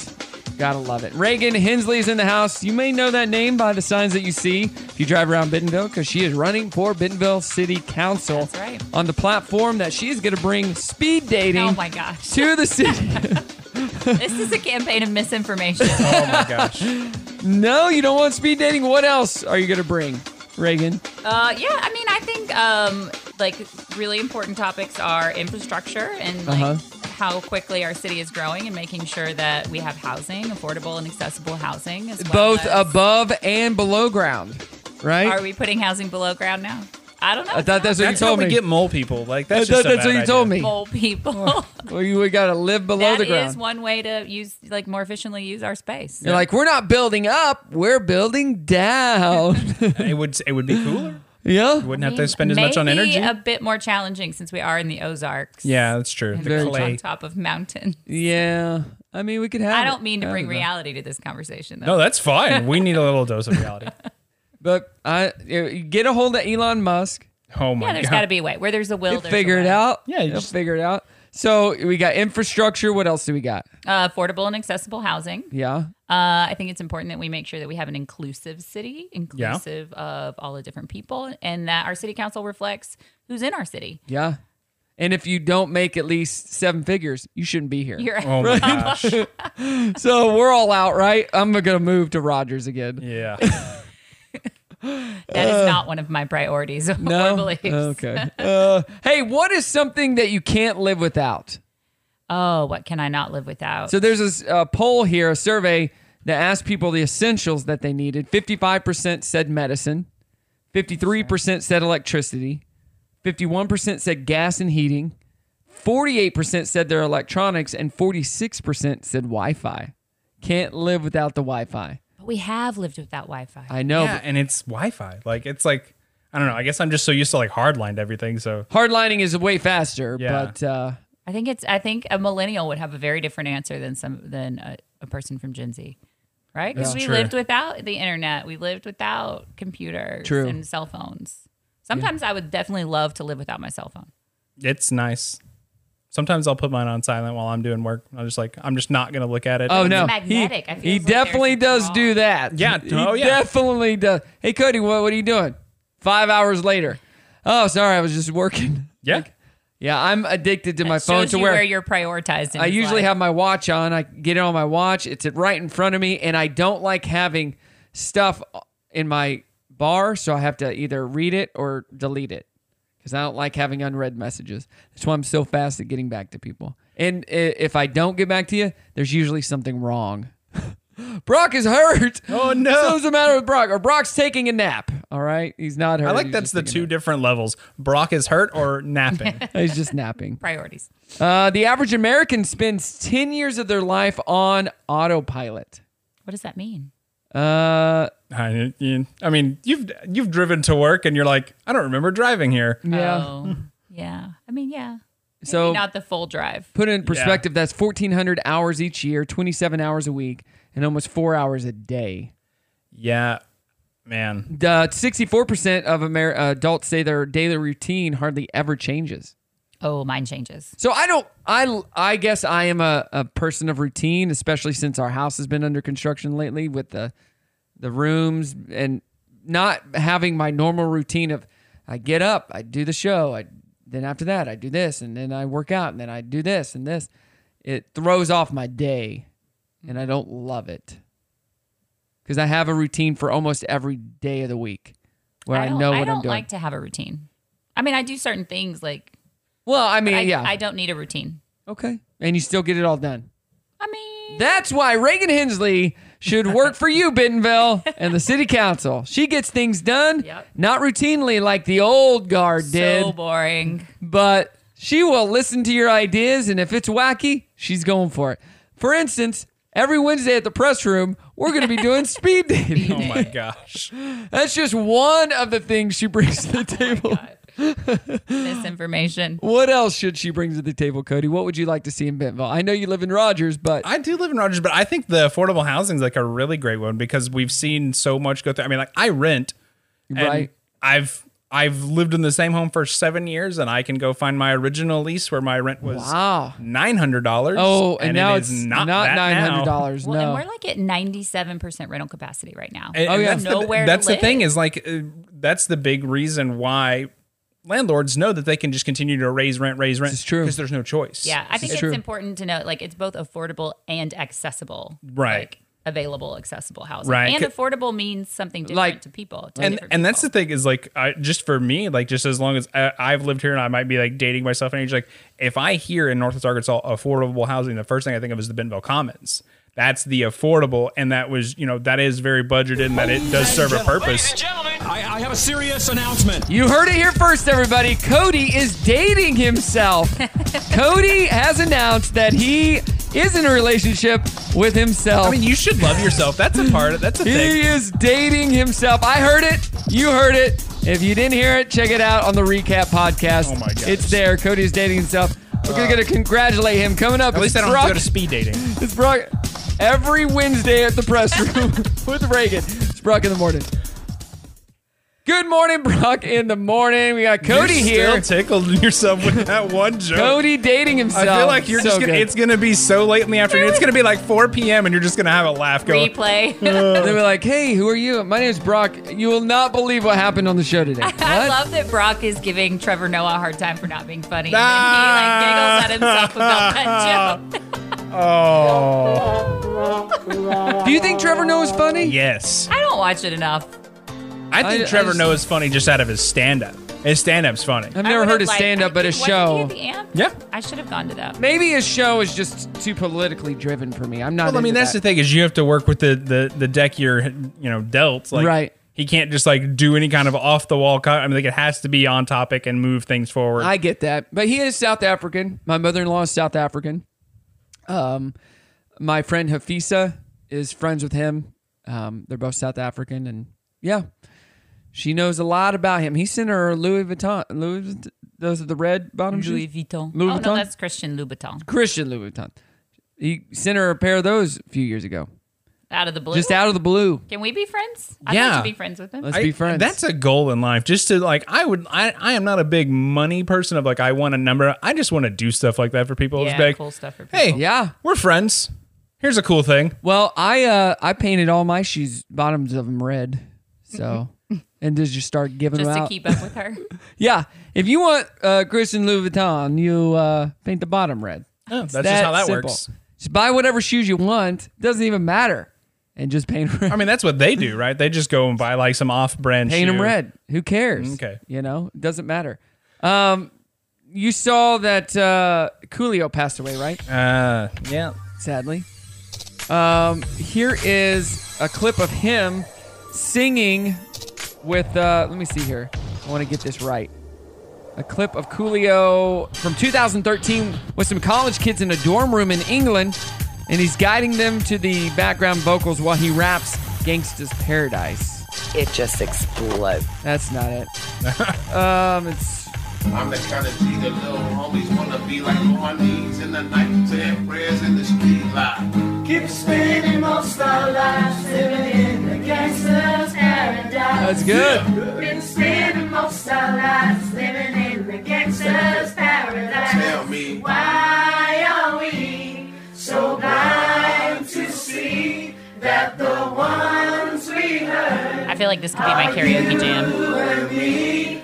Speaker 1: Gotta love it. Reagan Hensley is in the house. You may know that name by the signs that you see if you drive around Bentonville because she is running for Bentonville City Council
Speaker 7: That's right.
Speaker 1: on the platform that she's going to bring speed dating
Speaker 7: Oh my gosh.
Speaker 1: to the city.
Speaker 7: this is a campaign of misinformation.
Speaker 6: Oh
Speaker 1: no, you don't want speed dating. What else are you going to bring, Reagan?
Speaker 7: Uh, yeah, I mean, I think um, like really important topics are infrastructure and like
Speaker 1: Uh-huh.
Speaker 7: how quickly our city is growing and making sure that we have housing, affordable and accessible housing. As well
Speaker 1: Both
Speaker 7: as-
Speaker 1: above and below ground, right?
Speaker 7: Are we putting housing below ground now? I don't know.
Speaker 1: I thought that's what you told
Speaker 6: how
Speaker 1: me.
Speaker 6: we get mole people. Like
Speaker 1: That-
Speaker 6: that's just
Speaker 1: that's
Speaker 6: a
Speaker 1: what you
Speaker 6: bad
Speaker 1: told
Speaker 6: idea.
Speaker 1: me.
Speaker 7: Mole people.
Speaker 1: Well, you, we got to live below
Speaker 7: That
Speaker 1: the
Speaker 7: is
Speaker 1: ground.
Speaker 7: one way to use like more efficiently use our space.
Speaker 1: You're like, we're not building up, we're building down.
Speaker 6: it would it would be cooler.
Speaker 1: Yeah, you
Speaker 6: wouldn't have to spend as much on
Speaker 7: Mm-hmm. Maybe
Speaker 6: energy.
Speaker 7: A bit more challenging since we are in the Ozarks.
Speaker 6: yeah, that's true.
Speaker 7: and
Speaker 6: The
Speaker 7: built on
Speaker 6: clay.
Speaker 7: top of mountain.
Speaker 1: Yeah. I mean, we could have.
Speaker 7: I
Speaker 1: it.
Speaker 7: don't mean to
Speaker 1: Have
Speaker 7: bring
Speaker 1: it, though.
Speaker 7: reality to this conversation. Though.
Speaker 6: No, that's fine. We need a little dose of reality.
Speaker 1: But I you get a hold of Elon Musk.
Speaker 6: Oh
Speaker 7: yeah, there's got to be a way. Where there's a will,
Speaker 1: He'll
Speaker 7: there's
Speaker 1: figure
Speaker 7: a
Speaker 1: it
Speaker 7: way.
Speaker 1: out. Yeah, you will figure it out. So we got infrastructure. What else do we got?
Speaker 7: Uh, affordable and accessible housing.
Speaker 1: Yeah.
Speaker 7: Uh, I think it's important that we make sure that we have an inclusive city, inclusive of all the different people, and that our city council reflects who's in our city.
Speaker 1: Yeah. And if you don't make at least seven figures, you shouldn't be here.
Speaker 7: You're right. Oh my
Speaker 1: gosh. so we're all out, right? I'm gonna move to Rogers again.
Speaker 6: Yeah.
Speaker 7: That is
Speaker 1: Uh,
Speaker 7: not one of my priorities or
Speaker 1: No.
Speaker 7: beliefs.
Speaker 1: Okay. Uh, hey, what is something that you can't live without?
Speaker 7: oh, what can I not live without?
Speaker 1: So there's this uh, poll here, a survey that asked people the essentials that they needed. 55% said medicine, 53% said electricity, 51% said gas and heating, 48% said their electronics, and 46% said Wi Fi. Can't live without the Wi Fi.
Speaker 7: But we have lived without Wi-Fi.
Speaker 1: I know.
Speaker 6: Yeah, and it's Wi-Fi. Like it's like I don't know. I guess I'm just so used to like hardlined everything. So
Speaker 1: Hardlining is way faster,
Speaker 6: Yeah.
Speaker 1: but uh,
Speaker 7: I think it's. I think a millennial would have a very different answer than some than a, a person from Gen Z, right? Because
Speaker 1: That's
Speaker 7: we
Speaker 1: true.
Speaker 7: lived without the internet, we lived without computers
Speaker 6: True.
Speaker 7: and cell phones. Sometimes I would definitely love to live without my cell phone.
Speaker 6: it's nice. Sometimes I'll put mine on silent while I'm doing work. I'm just like I'm just not gonna look at it.
Speaker 1: oh no,
Speaker 7: magnetic.
Speaker 1: he,
Speaker 7: I
Speaker 1: he definitely does do that.
Speaker 6: Yeah,
Speaker 1: he
Speaker 6: oh, yeah.
Speaker 1: definitely does. Hey Cody, what what are you doing? Five hours later. Oh, sorry, I was just working.
Speaker 6: Yeah,
Speaker 1: yeah, I'm addicted to my phone
Speaker 7: Shows
Speaker 1: to
Speaker 7: you
Speaker 1: where,
Speaker 7: where you're prioritized. In
Speaker 1: I
Speaker 7: his
Speaker 1: usually
Speaker 7: life.
Speaker 1: have my watch on. I get it on my watch. It's it right in front of me, and I don't like having stuff in my bar, so I have to either read it or delete it because I don't like having unread messages. That's why I'm so fast at getting back to people. And i- if I don't get back to you, there's usually something wrong. Brock is hurt.
Speaker 6: Oh no!
Speaker 1: Something's the matter with Brock, or Brock's taking a nap. All right, he's not hurt.
Speaker 6: I like
Speaker 1: He's
Speaker 6: that's
Speaker 1: just
Speaker 6: the
Speaker 1: taking a
Speaker 6: two different levels. Brock is hurt or napping.
Speaker 1: nap. He's just napping.
Speaker 7: priorities.
Speaker 1: Uh, the average American spends 10 years of their life on autopilot.
Speaker 7: What does that mean?
Speaker 1: Uh,
Speaker 6: I, you- I mean, you've you've driven to work and you're like, I don't remember driving here.
Speaker 7: Oh, yeah. I mean, yeah. Maybe
Speaker 1: So-
Speaker 7: not the full drive.
Speaker 1: Put it in perspective, that's 1,400 hours each year, 27 hours a week, and almost four hours a day.
Speaker 6: Yeah, man.
Speaker 1: The 64% of Amer- adults say their daily routine hardly ever changes.
Speaker 7: Oh, mine changes.
Speaker 1: So I don't. I I guess I am a, a person of routine, especially since our house has been under construction lately with the the rooms and not having my normal routine of I get up, I do the show, I then after that I do this, and then I work out, and then I do this and this. It throws off my day, and I don't love it because I have a routine for almost every day of the week where I,
Speaker 7: don't-
Speaker 1: know what
Speaker 7: I don't
Speaker 1: am doing.
Speaker 7: like to have a routine. I mean, I do certain things like.
Speaker 1: Well, I mean,
Speaker 7: I,
Speaker 1: yeah.
Speaker 7: I don't need a routine.
Speaker 1: Okay. And you still get it all done. I mean, that's why Reagan Hensley should work for you, Bentonville, and the city council. She gets things done, not routinely like the old guard did.
Speaker 7: So boring.
Speaker 1: But she will listen to your ideas, and if it's wacky, she's going for it. For instance, every Wednesday at the press room, we're going to be doing speed dating.
Speaker 6: Oh my gosh.
Speaker 1: That's just one of the things she brings to the table.
Speaker 7: Misinformation.
Speaker 1: What else should she bring to the table, Cody? What would you like to see in Bentonville? I know you live in Rogers, but
Speaker 6: I do live in Rogers, but I think the affordable housing is like a really great one because we've seen so much go through. I mean, like I rent, and
Speaker 1: Right.
Speaker 6: I've I've lived in the same home for seven years, and I can go find my original lease where my rent was
Speaker 1: Wow.
Speaker 6: nine hundred dollars.
Speaker 1: Oh, and now
Speaker 6: it is
Speaker 1: it's
Speaker 6: not
Speaker 1: not
Speaker 6: that now.
Speaker 1: $900,
Speaker 7: Well, and we're like at 97% rental capacity right now.
Speaker 6: And,
Speaker 7: oh,
Speaker 6: and
Speaker 7: yeah.
Speaker 6: that's,
Speaker 7: Nowhere
Speaker 6: the, that's
Speaker 7: to
Speaker 6: the
Speaker 7: live.
Speaker 6: thing is like uh, that's the big reason why landlords know that they can just continue to raise rent, raise rent. It's true because there's no choice.
Speaker 7: Yeah, I think it's, important to know like it's both affordable and accessible.
Speaker 6: Right.
Speaker 7: Like, available accessible housing.
Speaker 6: Right.
Speaker 7: And
Speaker 6: C-
Speaker 7: affordable means something different
Speaker 6: Like-
Speaker 7: to people. To
Speaker 6: and
Speaker 7: different
Speaker 6: and that's the thing is like I, just for me like just as long as I, I've lived here and I might be like dating myself and age like if I hear in Northwest Arkansas affordable housing the first thing I think of is the Bentonville Commons that's the affordable and that was you know that is very budgeted and that it does serve a purpose
Speaker 1: I, have a serious announcement. You heard it here first, everybody. Cody is dating himself. Cody has announced that he is in a relationship with himself. I mean,
Speaker 6: you should love yourself. That's a part. That's a
Speaker 1: he
Speaker 6: thing.
Speaker 1: is dating himself. I heard it. You heard it. If you didn't hear it, check it out on the recap podcast. Oh my god, it's there. Cody is dating himself. We're gonna, gonna congratulate him coming up.
Speaker 6: Uh, at least I
Speaker 1: it's
Speaker 6: don't
Speaker 1: Brock-
Speaker 6: have to go to speed dating
Speaker 1: It's Brock every Wednesday at the press room with Reagan. It's Brock in the morning. Good morning, Brock in the morning. We got Cody
Speaker 6: You're
Speaker 1: here.
Speaker 6: still tickled yourself with that one joke
Speaker 1: Cody dating himself.
Speaker 6: I feel like you're
Speaker 1: So
Speaker 6: just gonna,
Speaker 1: good.
Speaker 6: it's gonna be so late in the afternoon it's gonna be like 4 p.m and you're just gonna have a laugh going
Speaker 7: Replay.
Speaker 1: and they were like, "Hey, who are you? My name is Brock. You will not believe what happened on the show today."
Speaker 7: I
Speaker 1: What?
Speaker 7: love that Brock is giving Trevor Noah a hard time for not being funny.
Speaker 1: Ah!
Speaker 7: And then he like giggles at himself about that joke.
Speaker 6: Oh.
Speaker 1: Do you think Trevor Noah's funny?
Speaker 6: Yes.
Speaker 7: I don't watch it enough.
Speaker 6: I
Speaker 7: I-
Speaker 6: think
Speaker 7: I
Speaker 6: Trevor
Speaker 7: just-
Speaker 6: Noah's funny just out of his stand up. His stand up's funny.
Speaker 1: I've never heard his stand up, but his show.
Speaker 6: Yeah.
Speaker 7: I should have gone to that.
Speaker 1: Maybe his show is just too politically driven for me. I'm not.
Speaker 6: Well, I mean,
Speaker 1: into
Speaker 6: that's the
Speaker 1: that.
Speaker 6: thing is you have to work with the the, the deck you're you know dealt. Like,
Speaker 1: Right.
Speaker 6: He can't just like do any kind of off the wall. Co- I mean, like it has to be on topic and move things forward.
Speaker 1: I get that, but he is South African. My mother-in-law is South African. Um, my friend Hafisa is friends with him. Um, they're both South African, and yeah, she knows a lot about him. He sent her Louis Vuitton. Louis, Vuitt- those are the red bottom
Speaker 7: Louis
Speaker 1: shoes?
Speaker 7: Vuitton.
Speaker 1: Louis
Speaker 7: oh
Speaker 1: Vuitton.
Speaker 7: no, that's Christian Louboutin.
Speaker 1: Christian Louis Vuitton. He sent her a pair of those a few years ago,
Speaker 7: Out of the blue.
Speaker 1: just out of the blue.
Speaker 7: Can we be friends? I'd
Speaker 6: Yeah.
Speaker 7: like to be friends with him.
Speaker 1: Let's be friends.
Speaker 6: That's a goal in life. Just to like, I would. I, I am not a big money person. Of like, I want a number. I just want to do stuff like that for people. It's
Speaker 7: Yeah,
Speaker 6: like,
Speaker 7: cool stuff for people.
Speaker 6: Hey,
Speaker 1: yeah,
Speaker 6: we're friends. Here's a cool thing.
Speaker 1: Well, I uh I painted all my shoes bottoms of them red, so and just just start giving
Speaker 7: Just
Speaker 1: them
Speaker 7: to
Speaker 1: out.
Speaker 7: keep up with her.
Speaker 1: yeah, if you want uh, Christian Louis Vuitton, you uh, paint the bottom red.
Speaker 6: Oh,
Speaker 1: It's
Speaker 6: that's just how that
Speaker 1: simple.
Speaker 6: works.
Speaker 1: Just buy whatever shoes you want. Doesn't even matter, and just paint red.
Speaker 6: I mean, that's what they do, right? They just go and buy like some off-brand.
Speaker 1: paint them
Speaker 6: shoe. Mm,
Speaker 1: red. Who cares?
Speaker 6: Okay.
Speaker 1: you know, it doesn't matter. Um, you saw that uh, Coolio passed away, right?
Speaker 6: Uh, yeah.
Speaker 1: Sadly. Um, here is a clip of him singing with, uh, let me see here. I want to get this right. A clip of Coolio from 2013 with some college kids in a dorm room in England, and he's guiding them to the background vocals while he raps Gangsta's Paradise. It just explodes. That's not it. um, it's
Speaker 17: I'm the kind of G that little homies wanna be like on my knees in the night, saying prayers in the street light. Keep spinning most our lives, living in the gangster's paradise.
Speaker 1: That's good.
Speaker 17: Been spending most our lives living in the gangster's paradise. Tell me. Why are we so blind to see that the ones we hurt
Speaker 7: I feel like this could be my karaoke jam.
Speaker 17: were me?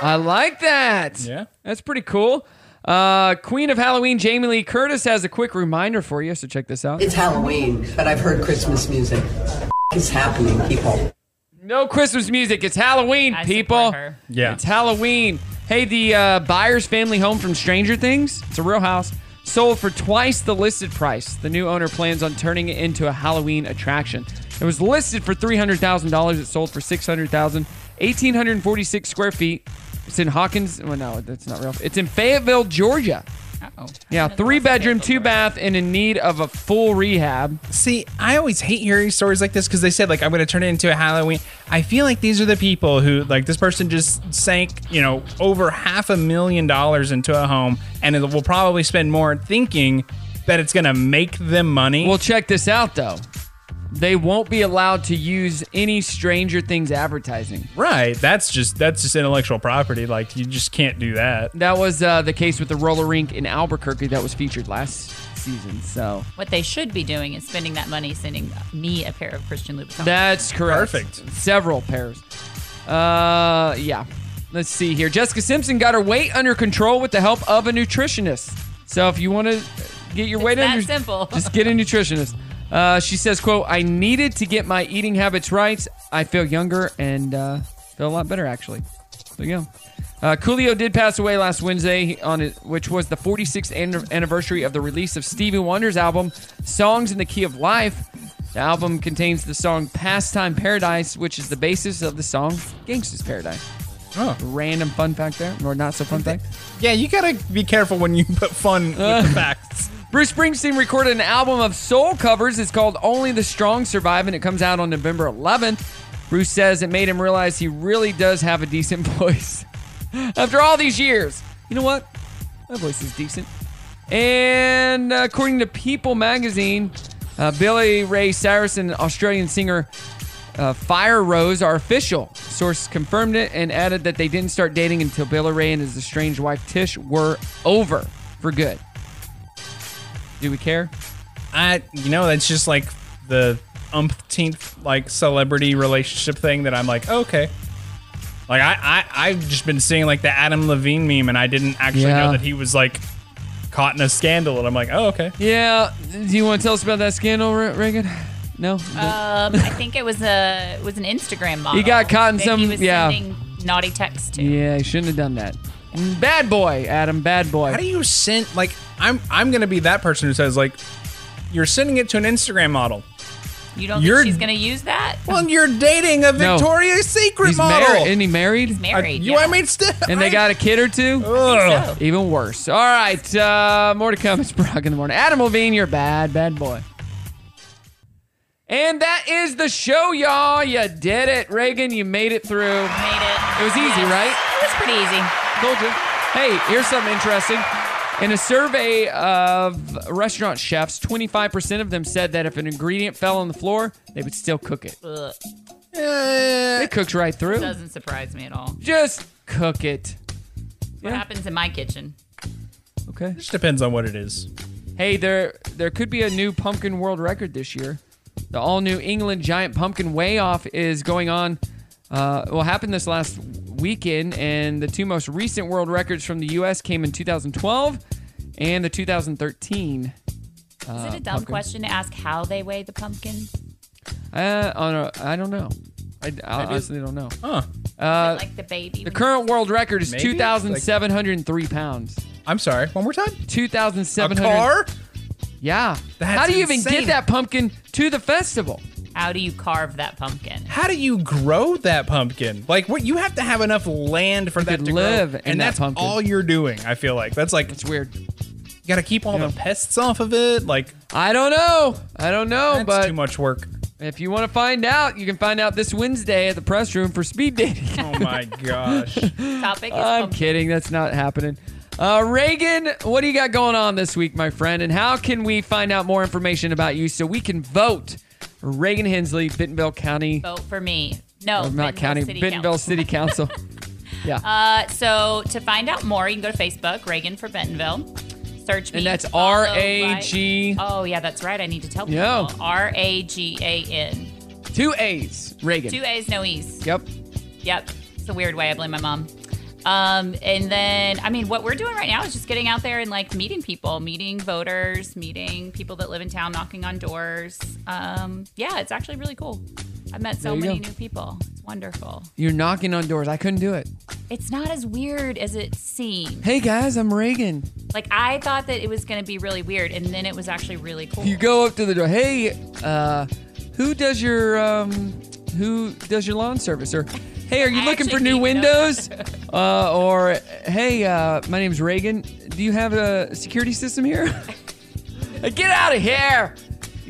Speaker 1: I like that.
Speaker 6: Yeah.
Speaker 1: That's pretty cool. Uh, Queen of Halloween, Jamie Lee Curtis, has a quick reminder for you, so check this out.
Speaker 20: It's Halloween, but I've heard Christmas music. It's happening, people.
Speaker 1: No Christmas music. It's Halloween, people. Yeah. It's Halloween. Hey, the uh, Byers family home from Stranger Things, it's a real house, Sold for twice the listed price. The new owner plans on turning it into a Halloween attraction. It was listed for $300,000. It sold for $600,000. 1,846 square feet. It's in Hawkins. Well, no, that's not real. It's in Fayetteville, Georgia.
Speaker 7: Oh.
Speaker 1: Yeah, three bedroom, two bath, and in need of a full rehab.
Speaker 6: See, I always hate hearing stories like this because they said like I'm going to turn it into a Halloween. I feel like these are the people who like this person just sank you know over half a million dollars into a home and it will probably spend more thinking that it's going to make them money.
Speaker 1: Well, check this out though. They won't be allowed to use any Stranger Things advertising.
Speaker 6: Right, that's just that's just intellectual property. Like you just can't do that.
Speaker 1: That was uh, the case with the roller rink in Albuquerque that was featured last season. So
Speaker 7: What they should be doing is spending that money sending me a pair of Christian Louboutin.
Speaker 1: that's correct.
Speaker 6: Perfect.
Speaker 1: Several pairs. Uh, yeah. Let's see here. Jessica Simpson got her weight under control with the help of a nutritionist. So if you want to get your weight
Speaker 7: that
Speaker 1: under
Speaker 7: simple.
Speaker 1: just get a nutritionist. Uh, she says, "quote I needed to get my eating habits right. I feel younger and uh, feel a lot better actually." There you go. Uh, Coolio did pass away last Wednesday, on it, which was the 46th an- anniversary of the release of Stevie Wonder's album "Songs in the Key of Life." The album contains the song "Pastime Paradise," which is the basis of the song "Gangsta's Paradise."
Speaker 6: Oh.
Speaker 1: Random fun fact there, or not so fun fact.
Speaker 6: Yeah, you gotta be careful when you put fun with the facts.
Speaker 1: Bruce Springsteen recorded an album of soul covers. It's called Only the Strong Survive, and it comes out on November 11th. Bruce says it made him realize he really does have a decent voice. After all these years, you know what? My voice is decent. And uh, according to People magazine, uh, Billy Ray Cyrus and Australian singer uh, Fire Rose are official. Source confirmed it and added that they didn't start dating until Billy Ray and his estranged wife Tish were over for good. Do we care?
Speaker 6: I, you know, that's just like the umpteenth like celebrity relationship thing that I'm like, okay. Like I, I, I've just been seeing like the Adam Levine meme, and I didn't actually
Speaker 1: Yeah.
Speaker 6: know that he was like caught in a scandal, and I'm like, oh, okay.
Speaker 1: Yeah. Do you want to tell us about that scandal, Re- Reagan? No.
Speaker 6: Uh,
Speaker 7: Um, I think it was a it was an Instagram model.
Speaker 1: He got caught in
Speaker 7: that
Speaker 1: some-
Speaker 7: He was
Speaker 1: yeah.
Speaker 7: sending naughty texts to.
Speaker 1: yeah, you shouldn't have done that. Bad boy, Adam. Bad boy.
Speaker 6: How do you send? Like, I'm, I'm gonna be that person who says like, you're sending it to an Instagram model.
Speaker 7: You don't
Speaker 6: You're-
Speaker 7: think she's gonna use that?
Speaker 6: Well, you're dating a
Speaker 1: No.
Speaker 6: Victoria's Secret
Speaker 1: He's
Speaker 6: model.
Speaker 1: married. Isn't he Uh, married? He's
Speaker 7: married,
Speaker 6: You, I mean, still.
Speaker 1: And they got a kid or two?
Speaker 6: Oh. Ugh.
Speaker 1: Even worse. All right. Uh, more to come. It's Brock in the morning. Adam Levine, you're a bad, bad boy. And that is the show, y'all. You did it, Reagan. You made it through. Made
Speaker 7: it.
Speaker 1: It was easy, right?
Speaker 7: It was pretty easy.
Speaker 1: Told you. Hey, here's something interesting. In a survey of restaurant chefs, 25% of them said that if an ingredient fell on the floor, they would still cook it.
Speaker 7: Ugh.
Speaker 1: It cooks right through.
Speaker 7: Uh, Doesn't surprise me at all.
Speaker 1: Just cook it.
Speaker 7: What happens in my kitchen?
Speaker 1: Okay.
Speaker 6: Just depends on what it is.
Speaker 1: Hey, there there could be a new pumpkin world record this year. The all new England giant pumpkin weigh off is going on. Uh, well, happened this last weekend, and the two most recent world records from the U.S. came in 2012 and the 2013.
Speaker 7: Is it a dumb question to ask how they weigh the pumpkin?
Speaker 1: Uh, on a, I don't know. I, I
Speaker 7: Maybe-
Speaker 1: honestly don't know.
Speaker 6: Huh.
Speaker 1: Uh,
Speaker 7: Like the baby.
Speaker 1: the current world record is
Speaker 6: Maybe?
Speaker 1: 2,703 pounds.
Speaker 6: I'm sorry. One more time.
Speaker 1: 2,700.
Speaker 6: car?
Speaker 1: Yeah.
Speaker 6: That's
Speaker 1: How do you even
Speaker 6: insane.
Speaker 1: get that pumpkin to the festival?
Speaker 7: How do you carve that pumpkin?
Speaker 6: How do you grow that pumpkin? Like, what you have to have enough land for that
Speaker 1: could
Speaker 6: to
Speaker 1: live
Speaker 6: grow,
Speaker 1: in
Speaker 6: and
Speaker 1: that
Speaker 6: that's
Speaker 1: pumpkin.
Speaker 6: all you're doing. I feel like that's like
Speaker 1: it's weird.
Speaker 6: You got to keep all
Speaker 1: Yeah.
Speaker 6: the pests off of it. Like,
Speaker 1: I don't know. I don't know,
Speaker 6: that's
Speaker 1: Oh, but
Speaker 6: too much work.
Speaker 1: if you want to find out, you can find out this Wednesday at the press room for speed dating.
Speaker 6: Oh my gosh.
Speaker 7: Topic is
Speaker 1: I'm
Speaker 7: pumpkin.
Speaker 1: kidding. That's not happening. Uh, Reagan, what do you got going on this week, my friend? And how can we find out more information about you so we can vote? Reagan Hensley, Bentonville County,
Speaker 7: Vote for me. No,
Speaker 1: or
Speaker 7: Bentonville
Speaker 1: not county,
Speaker 7: City
Speaker 1: Bentonville
Speaker 7: Council.
Speaker 1: City Council. yeah,
Speaker 7: Uh, so to find out more, you can go to Facebook, Reagan for Bentonville. Search me.
Speaker 1: and that's
Speaker 7: follow,
Speaker 1: R
Speaker 7: like-
Speaker 1: A G
Speaker 7: Oh yeah, that's right. I need to tell people.
Speaker 1: Yeah.
Speaker 7: R A G A N.
Speaker 1: two A's. Reagan.
Speaker 7: Oh. Two A's, no E's.
Speaker 1: Yep.
Speaker 7: Yep. It's a weird way. I blame my mom. Um, and then, I mean, what we're doing right now is just getting out there and like meeting people, meeting voters, meeting people that live in town, knocking on doors. Um, yeah, it's actually really cool. I've met so
Speaker 1: There you
Speaker 7: many
Speaker 1: go.
Speaker 7: new people. It's wonderful.
Speaker 1: You're knocking on doors. I couldn't do it.
Speaker 7: It's not as weird as it seemed.
Speaker 1: Hey guys, I'm Reagan.
Speaker 7: Like I thought that it was going to be really weird, and then it was actually really cool.
Speaker 1: You go up to the door. Hey, uh, who does your um, who does your lawn service? Or hey, are you looking for new windows? uh, or hey, uh, my name's Reagan. Do you have a security system here? Get out of here!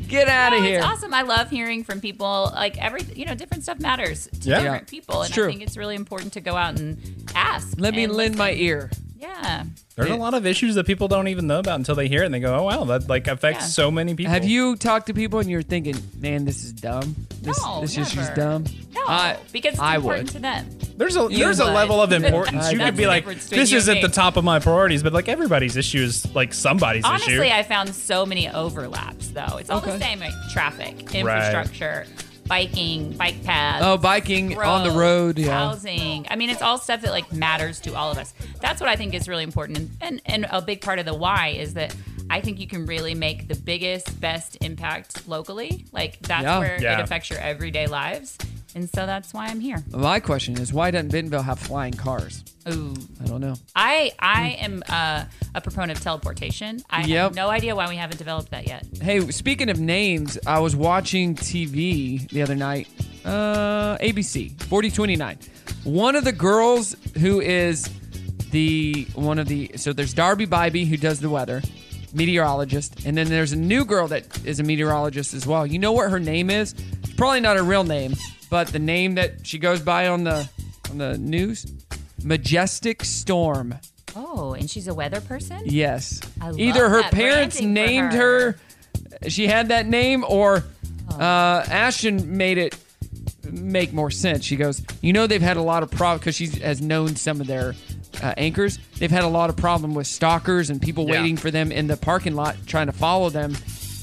Speaker 1: Get out of
Speaker 7: No,
Speaker 1: here!
Speaker 7: It's awesome. I love hearing from people. Like every, you know, different stuff matters to
Speaker 1: Yeah.
Speaker 7: different
Speaker 1: Yeah.
Speaker 7: people,
Speaker 1: It's
Speaker 7: and
Speaker 1: true.
Speaker 7: I think it's really important to go out and ask.
Speaker 1: Let me
Speaker 7: and
Speaker 1: lend my
Speaker 7: listen.
Speaker 1: ear.
Speaker 7: Yeah.
Speaker 6: There's a lot of issues that people don't even know about until they hear it and they go, oh, wow, that like affects
Speaker 7: Yeah.
Speaker 6: so many people.
Speaker 1: Have you talked to people and you're thinking, man, this is dumb. This,
Speaker 7: No,
Speaker 1: this issue's
Speaker 7: never.
Speaker 1: dumb.
Speaker 7: No,
Speaker 1: I,
Speaker 7: because it's
Speaker 1: I
Speaker 7: important
Speaker 1: would.
Speaker 7: to them.
Speaker 6: There's a
Speaker 7: You
Speaker 6: there's a
Speaker 7: would.
Speaker 6: level of importance. you
Speaker 7: That's
Speaker 6: could be
Speaker 7: the
Speaker 6: like,
Speaker 7: difference between
Speaker 6: this
Speaker 7: you and
Speaker 6: isn't
Speaker 7: me.
Speaker 6: the top of my priorities, but like everybody's issue is like somebody's issue.
Speaker 7: Honestly, I found so many overlaps though. It's all the same like traffic, infrastructure, biking, bike paths.
Speaker 1: Oh, biking on the
Speaker 7: roads,
Speaker 1: road, yeah.
Speaker 7: Housing. I mean, it's all stuff that like matters to all of us. That's what I think is really important. And and, and a big part of the why is that I think you can really make the biggest, best impact locally. Like that's
Speaker 1: Yeah.
Speaker 7: where
Speaker 1: Yeah.
Speaker 7: it affects your everyday lives. And so that's why I'm here.
Speaker 1: My question is, why doesn't Bentonville have flying cars?
Speaker 7: Ooh.
Speaker 1: I don't know.
Speaker 7: I I am uh, a proponent of teleportation. I
Speaker 1: Yep.
Speaker 7: have no idea why we haven't developed that yet.
Speaker 1: Hey, speaking of names, I was watching TV the other night. Uh, ABC 4029. One of the girls who is the one of the so there's Darby Bybee who does the weather, meteorologist, and then there's a new girl that is a meteorologist as well. You know what her name is? It's probably not her real name, but the name that she goes by on the on the news, Majestic Storm.
Speaker 7: Oh, and she's a weather person?
Speaker 1: Yes.
Speaker 7: I love
Speaker 1: Either her
Speaker 7: that
Speaker 1: parents
Speaker 7: branding
Speaker 1: named
Speaker 7: for
Speaker 1: her. she had that name, or
Speaker 7: Oh.
Speaker 1: uh, Ashton made it make more sense. She goes, you know, they've had a lot of problem because she has known some of their uh, anchors. They've had a lot of problem with stalkers and people
Speaker 6: Yeah.
Speaker 1: waiting for them in the parking lot trying to follow them,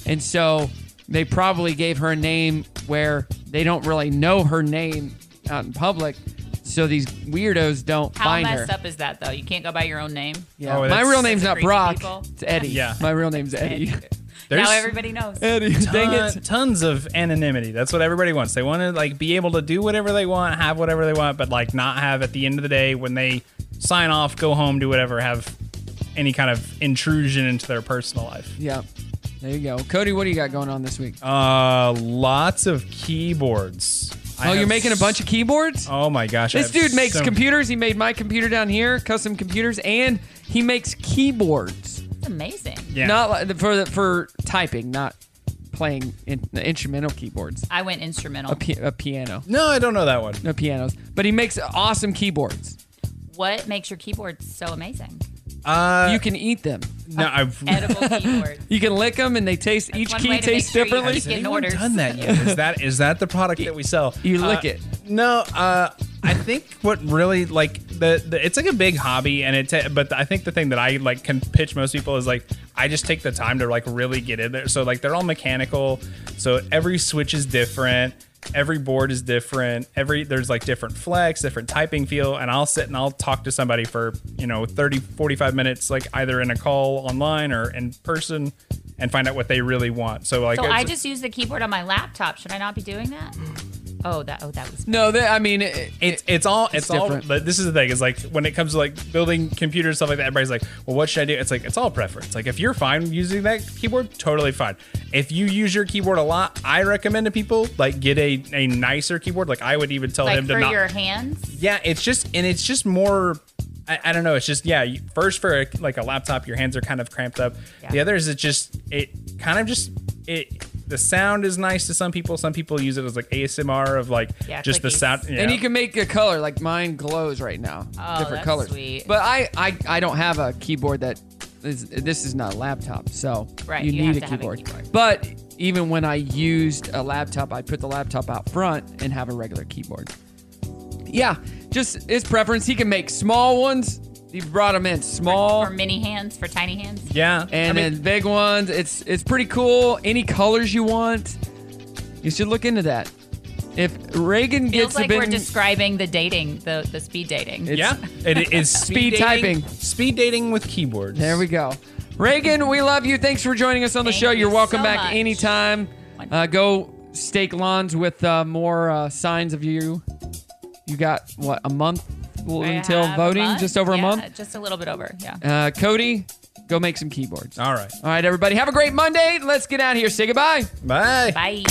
Speaker 1: and so they probably gave her a name where they don't really know her name out in public. So these weirdos don't
Speaker 7: How
Speaker 1: find her.
Speaker 7: messed up is that though? You can't go by your own name.
Speaker 1: Yeah.
Speaker 6: Oh,
Speaker 1: my real name's not
Speaker 7: Creepy
Speaker 1: Brock.
Speaker 7: people.
Speaker 1: It's Eddie.
Speaker 6: Yeah.
Speaker 1: My real name's Eddie.
Speaker 6: There's-
Speaker 7: now everybody knows.
Speaker 6: Ton- Tons of anonymity. That's what everybody wants. They want to like be able to do whatever they want, have whatever they want, but like not have at the end of the day when they sign off, go home, do whatever, have any kind of intrusion into their personal life.
Speaker 1: yeah. There you go. Cody, what do you got going on this week?
Speaker 6: Uh, lots of keyboards. I
Speaker 1: Oh, you're
Speaker 6: have
Speaker 1: making a bunch of keyboards?
Speaker 6: Oh my gosh! I
Speaker 1: This
Speaker 6: have
Speaker 1: dude makes
Speaker 6: so-
Speaker 1: computers. He made my computer down here, custom computers, and he makes keyboards.
Speaker 7: It's amazing.
Speaker 1: Not like for the, for typing, not playing in, instrumental keyboards.
Speaker 7: I went instrumental.
Speaker 1: A, pi- a piano.
Speaker 6: No, I don't know that one.
Speaker 1: No pianos, but he makes awesome keyboards.
Speaker 7: What makes your keyboard so amazing?
Speaker 6: Uh,
Speaker 1: you can eat them.
Speaker 6: No, I've
Speaker 7: Edible keyboard.
Speaker 1: You can lick them, and they taste. each
Speaker 7: one
Speaker 1: key
Speaker 7: way to
Speaker 1: tastes
Speaker 7: make sure you
Speaker 1: differently.
Speaker 7: keep getting orders.
Speaker 6: done that yet? Is that is that the product that we sell?
Speaker 1: You
Speaker 6: Uh,
Speaker 1: lick it.
Speaker 6: No, uh, I think what really like the, the it's like a big hobby, and it. ta- but I think the thing that I like can pitch most people is like I just take the time to like really get in there. So like they're all mechanical, so every switch is different. Every board is different. Every there's like different flex, different typing feel, and I'll sit and I'll talk to somebody for, you know, 30 45 minutes like either in a call online or in person and find out what they really want. So like
Speaker 7: so I
Speaker 6: it's-
Speaker 7: just use the keyboard on my laptop. Should I not be doing that? Oh, that. Oh, that was.
Speaker 1: No, that, I mean,
Speaker 6: it's it's all it's, all.
Speaker 1: different.
Speaker 6: But this is the thing is like when it comes to like building computers stuff like that, everybody's like, well, what should I do? It's like it's all preference. Like if you're fine using that keyboard, totally fine. If you use your keyboard a lot, I recommend to people like get a a nicer keyboard. Like I would even tell
Speaker 7: like
Speaker 6: him
Speaker 7: for
Speaker 6: to not.
Speaker 7: your hands.
Speaker 6: yeah, it's just and it's just more. I, I don't know. It's just yeah. you- First for a, like a laptop, your hands are kind of cramped up. The other is it just it kind of just it. The sound is nice to some people. Some people use it as like ASMR of like
Speaker 1: Yeah,
Speaker 6: just the
Speaker 1: clickies.
Speaker 6: sound. Yeah.
Speaker 1: And you can make a color like mine glows right now,
Speaker 7: Oh,
Speaker 1: different
Speaker 7: that's
Speaker 1: colors.
Speaker 7: sweet.
Speaker 1: But I, I I don't have a keyboard that is this is not a laptop, so
Speaker 7: Right,
Speaker 1: you,
Speaker 7: you
Speaker 1: need
Speaker 7: have to have a
Speaker 1: a keyboard. But even when I used a laptop, I put the laptop out front and have a regular keyboard. Yeah, just his preference. He can make small ones. He brought them in small.
Speaker 7: Or mini hands for tiny hands.
Speaker 6: Yeah,
Speaker 1: and
Speaker 7: I mean-
Speaker 1: then big ones. It's it's pretty cool. Any colors you want, you should look into that. If Reagan
Speaker 7: Feels
Speaker 1: gets
Speaker 7: like
Speaker 1: a bit,
Speaker 7: we're describing the dating, the the speed dating.
Speaker 6: yeah, it is
Speaker 1: Speed
Speaker 6: speed,
Speaker 1: typing.
Speaker 6: dating- Speed dating with keyboards.
Speaker 1: there we go. Reagan, we love you. Thanks for joining us on the show. You're welcome back anytime. Uh, go stake lawns with uh, more uh, signs of you. You got what a month well,
Speaker 7: I
Speaker 1: until
Speaker 7: have a
Speaker 1: voting,
Speaker 7: month.
Speaker 1: just over a
Speaker 7: Yeah,
Speaker 1: month.
Speaker 7: Just a little bit over. Yeah.
Speaker 1: Uh, Cody, go make some keyboards.
Speaker 6: All right.
Speaker 1: All right, everybody. Have a great Monday. Let's get out of here. Say goodbye.
Speaker 6: Bye.
Speaker 7: Bye.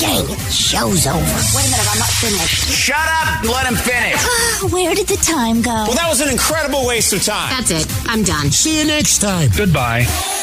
Speaker 21: Dang it, show's over. Wait a minute, I'm not finished.
Speaker 22: Shut up! Let him finish.
Speaker 21: Ah, Where did the time go?
Speaker 22: Well, that was an incredible waste of time.
Speaker 21: That's it. I'm done.
Speaker 22: See you next time. Goodbye.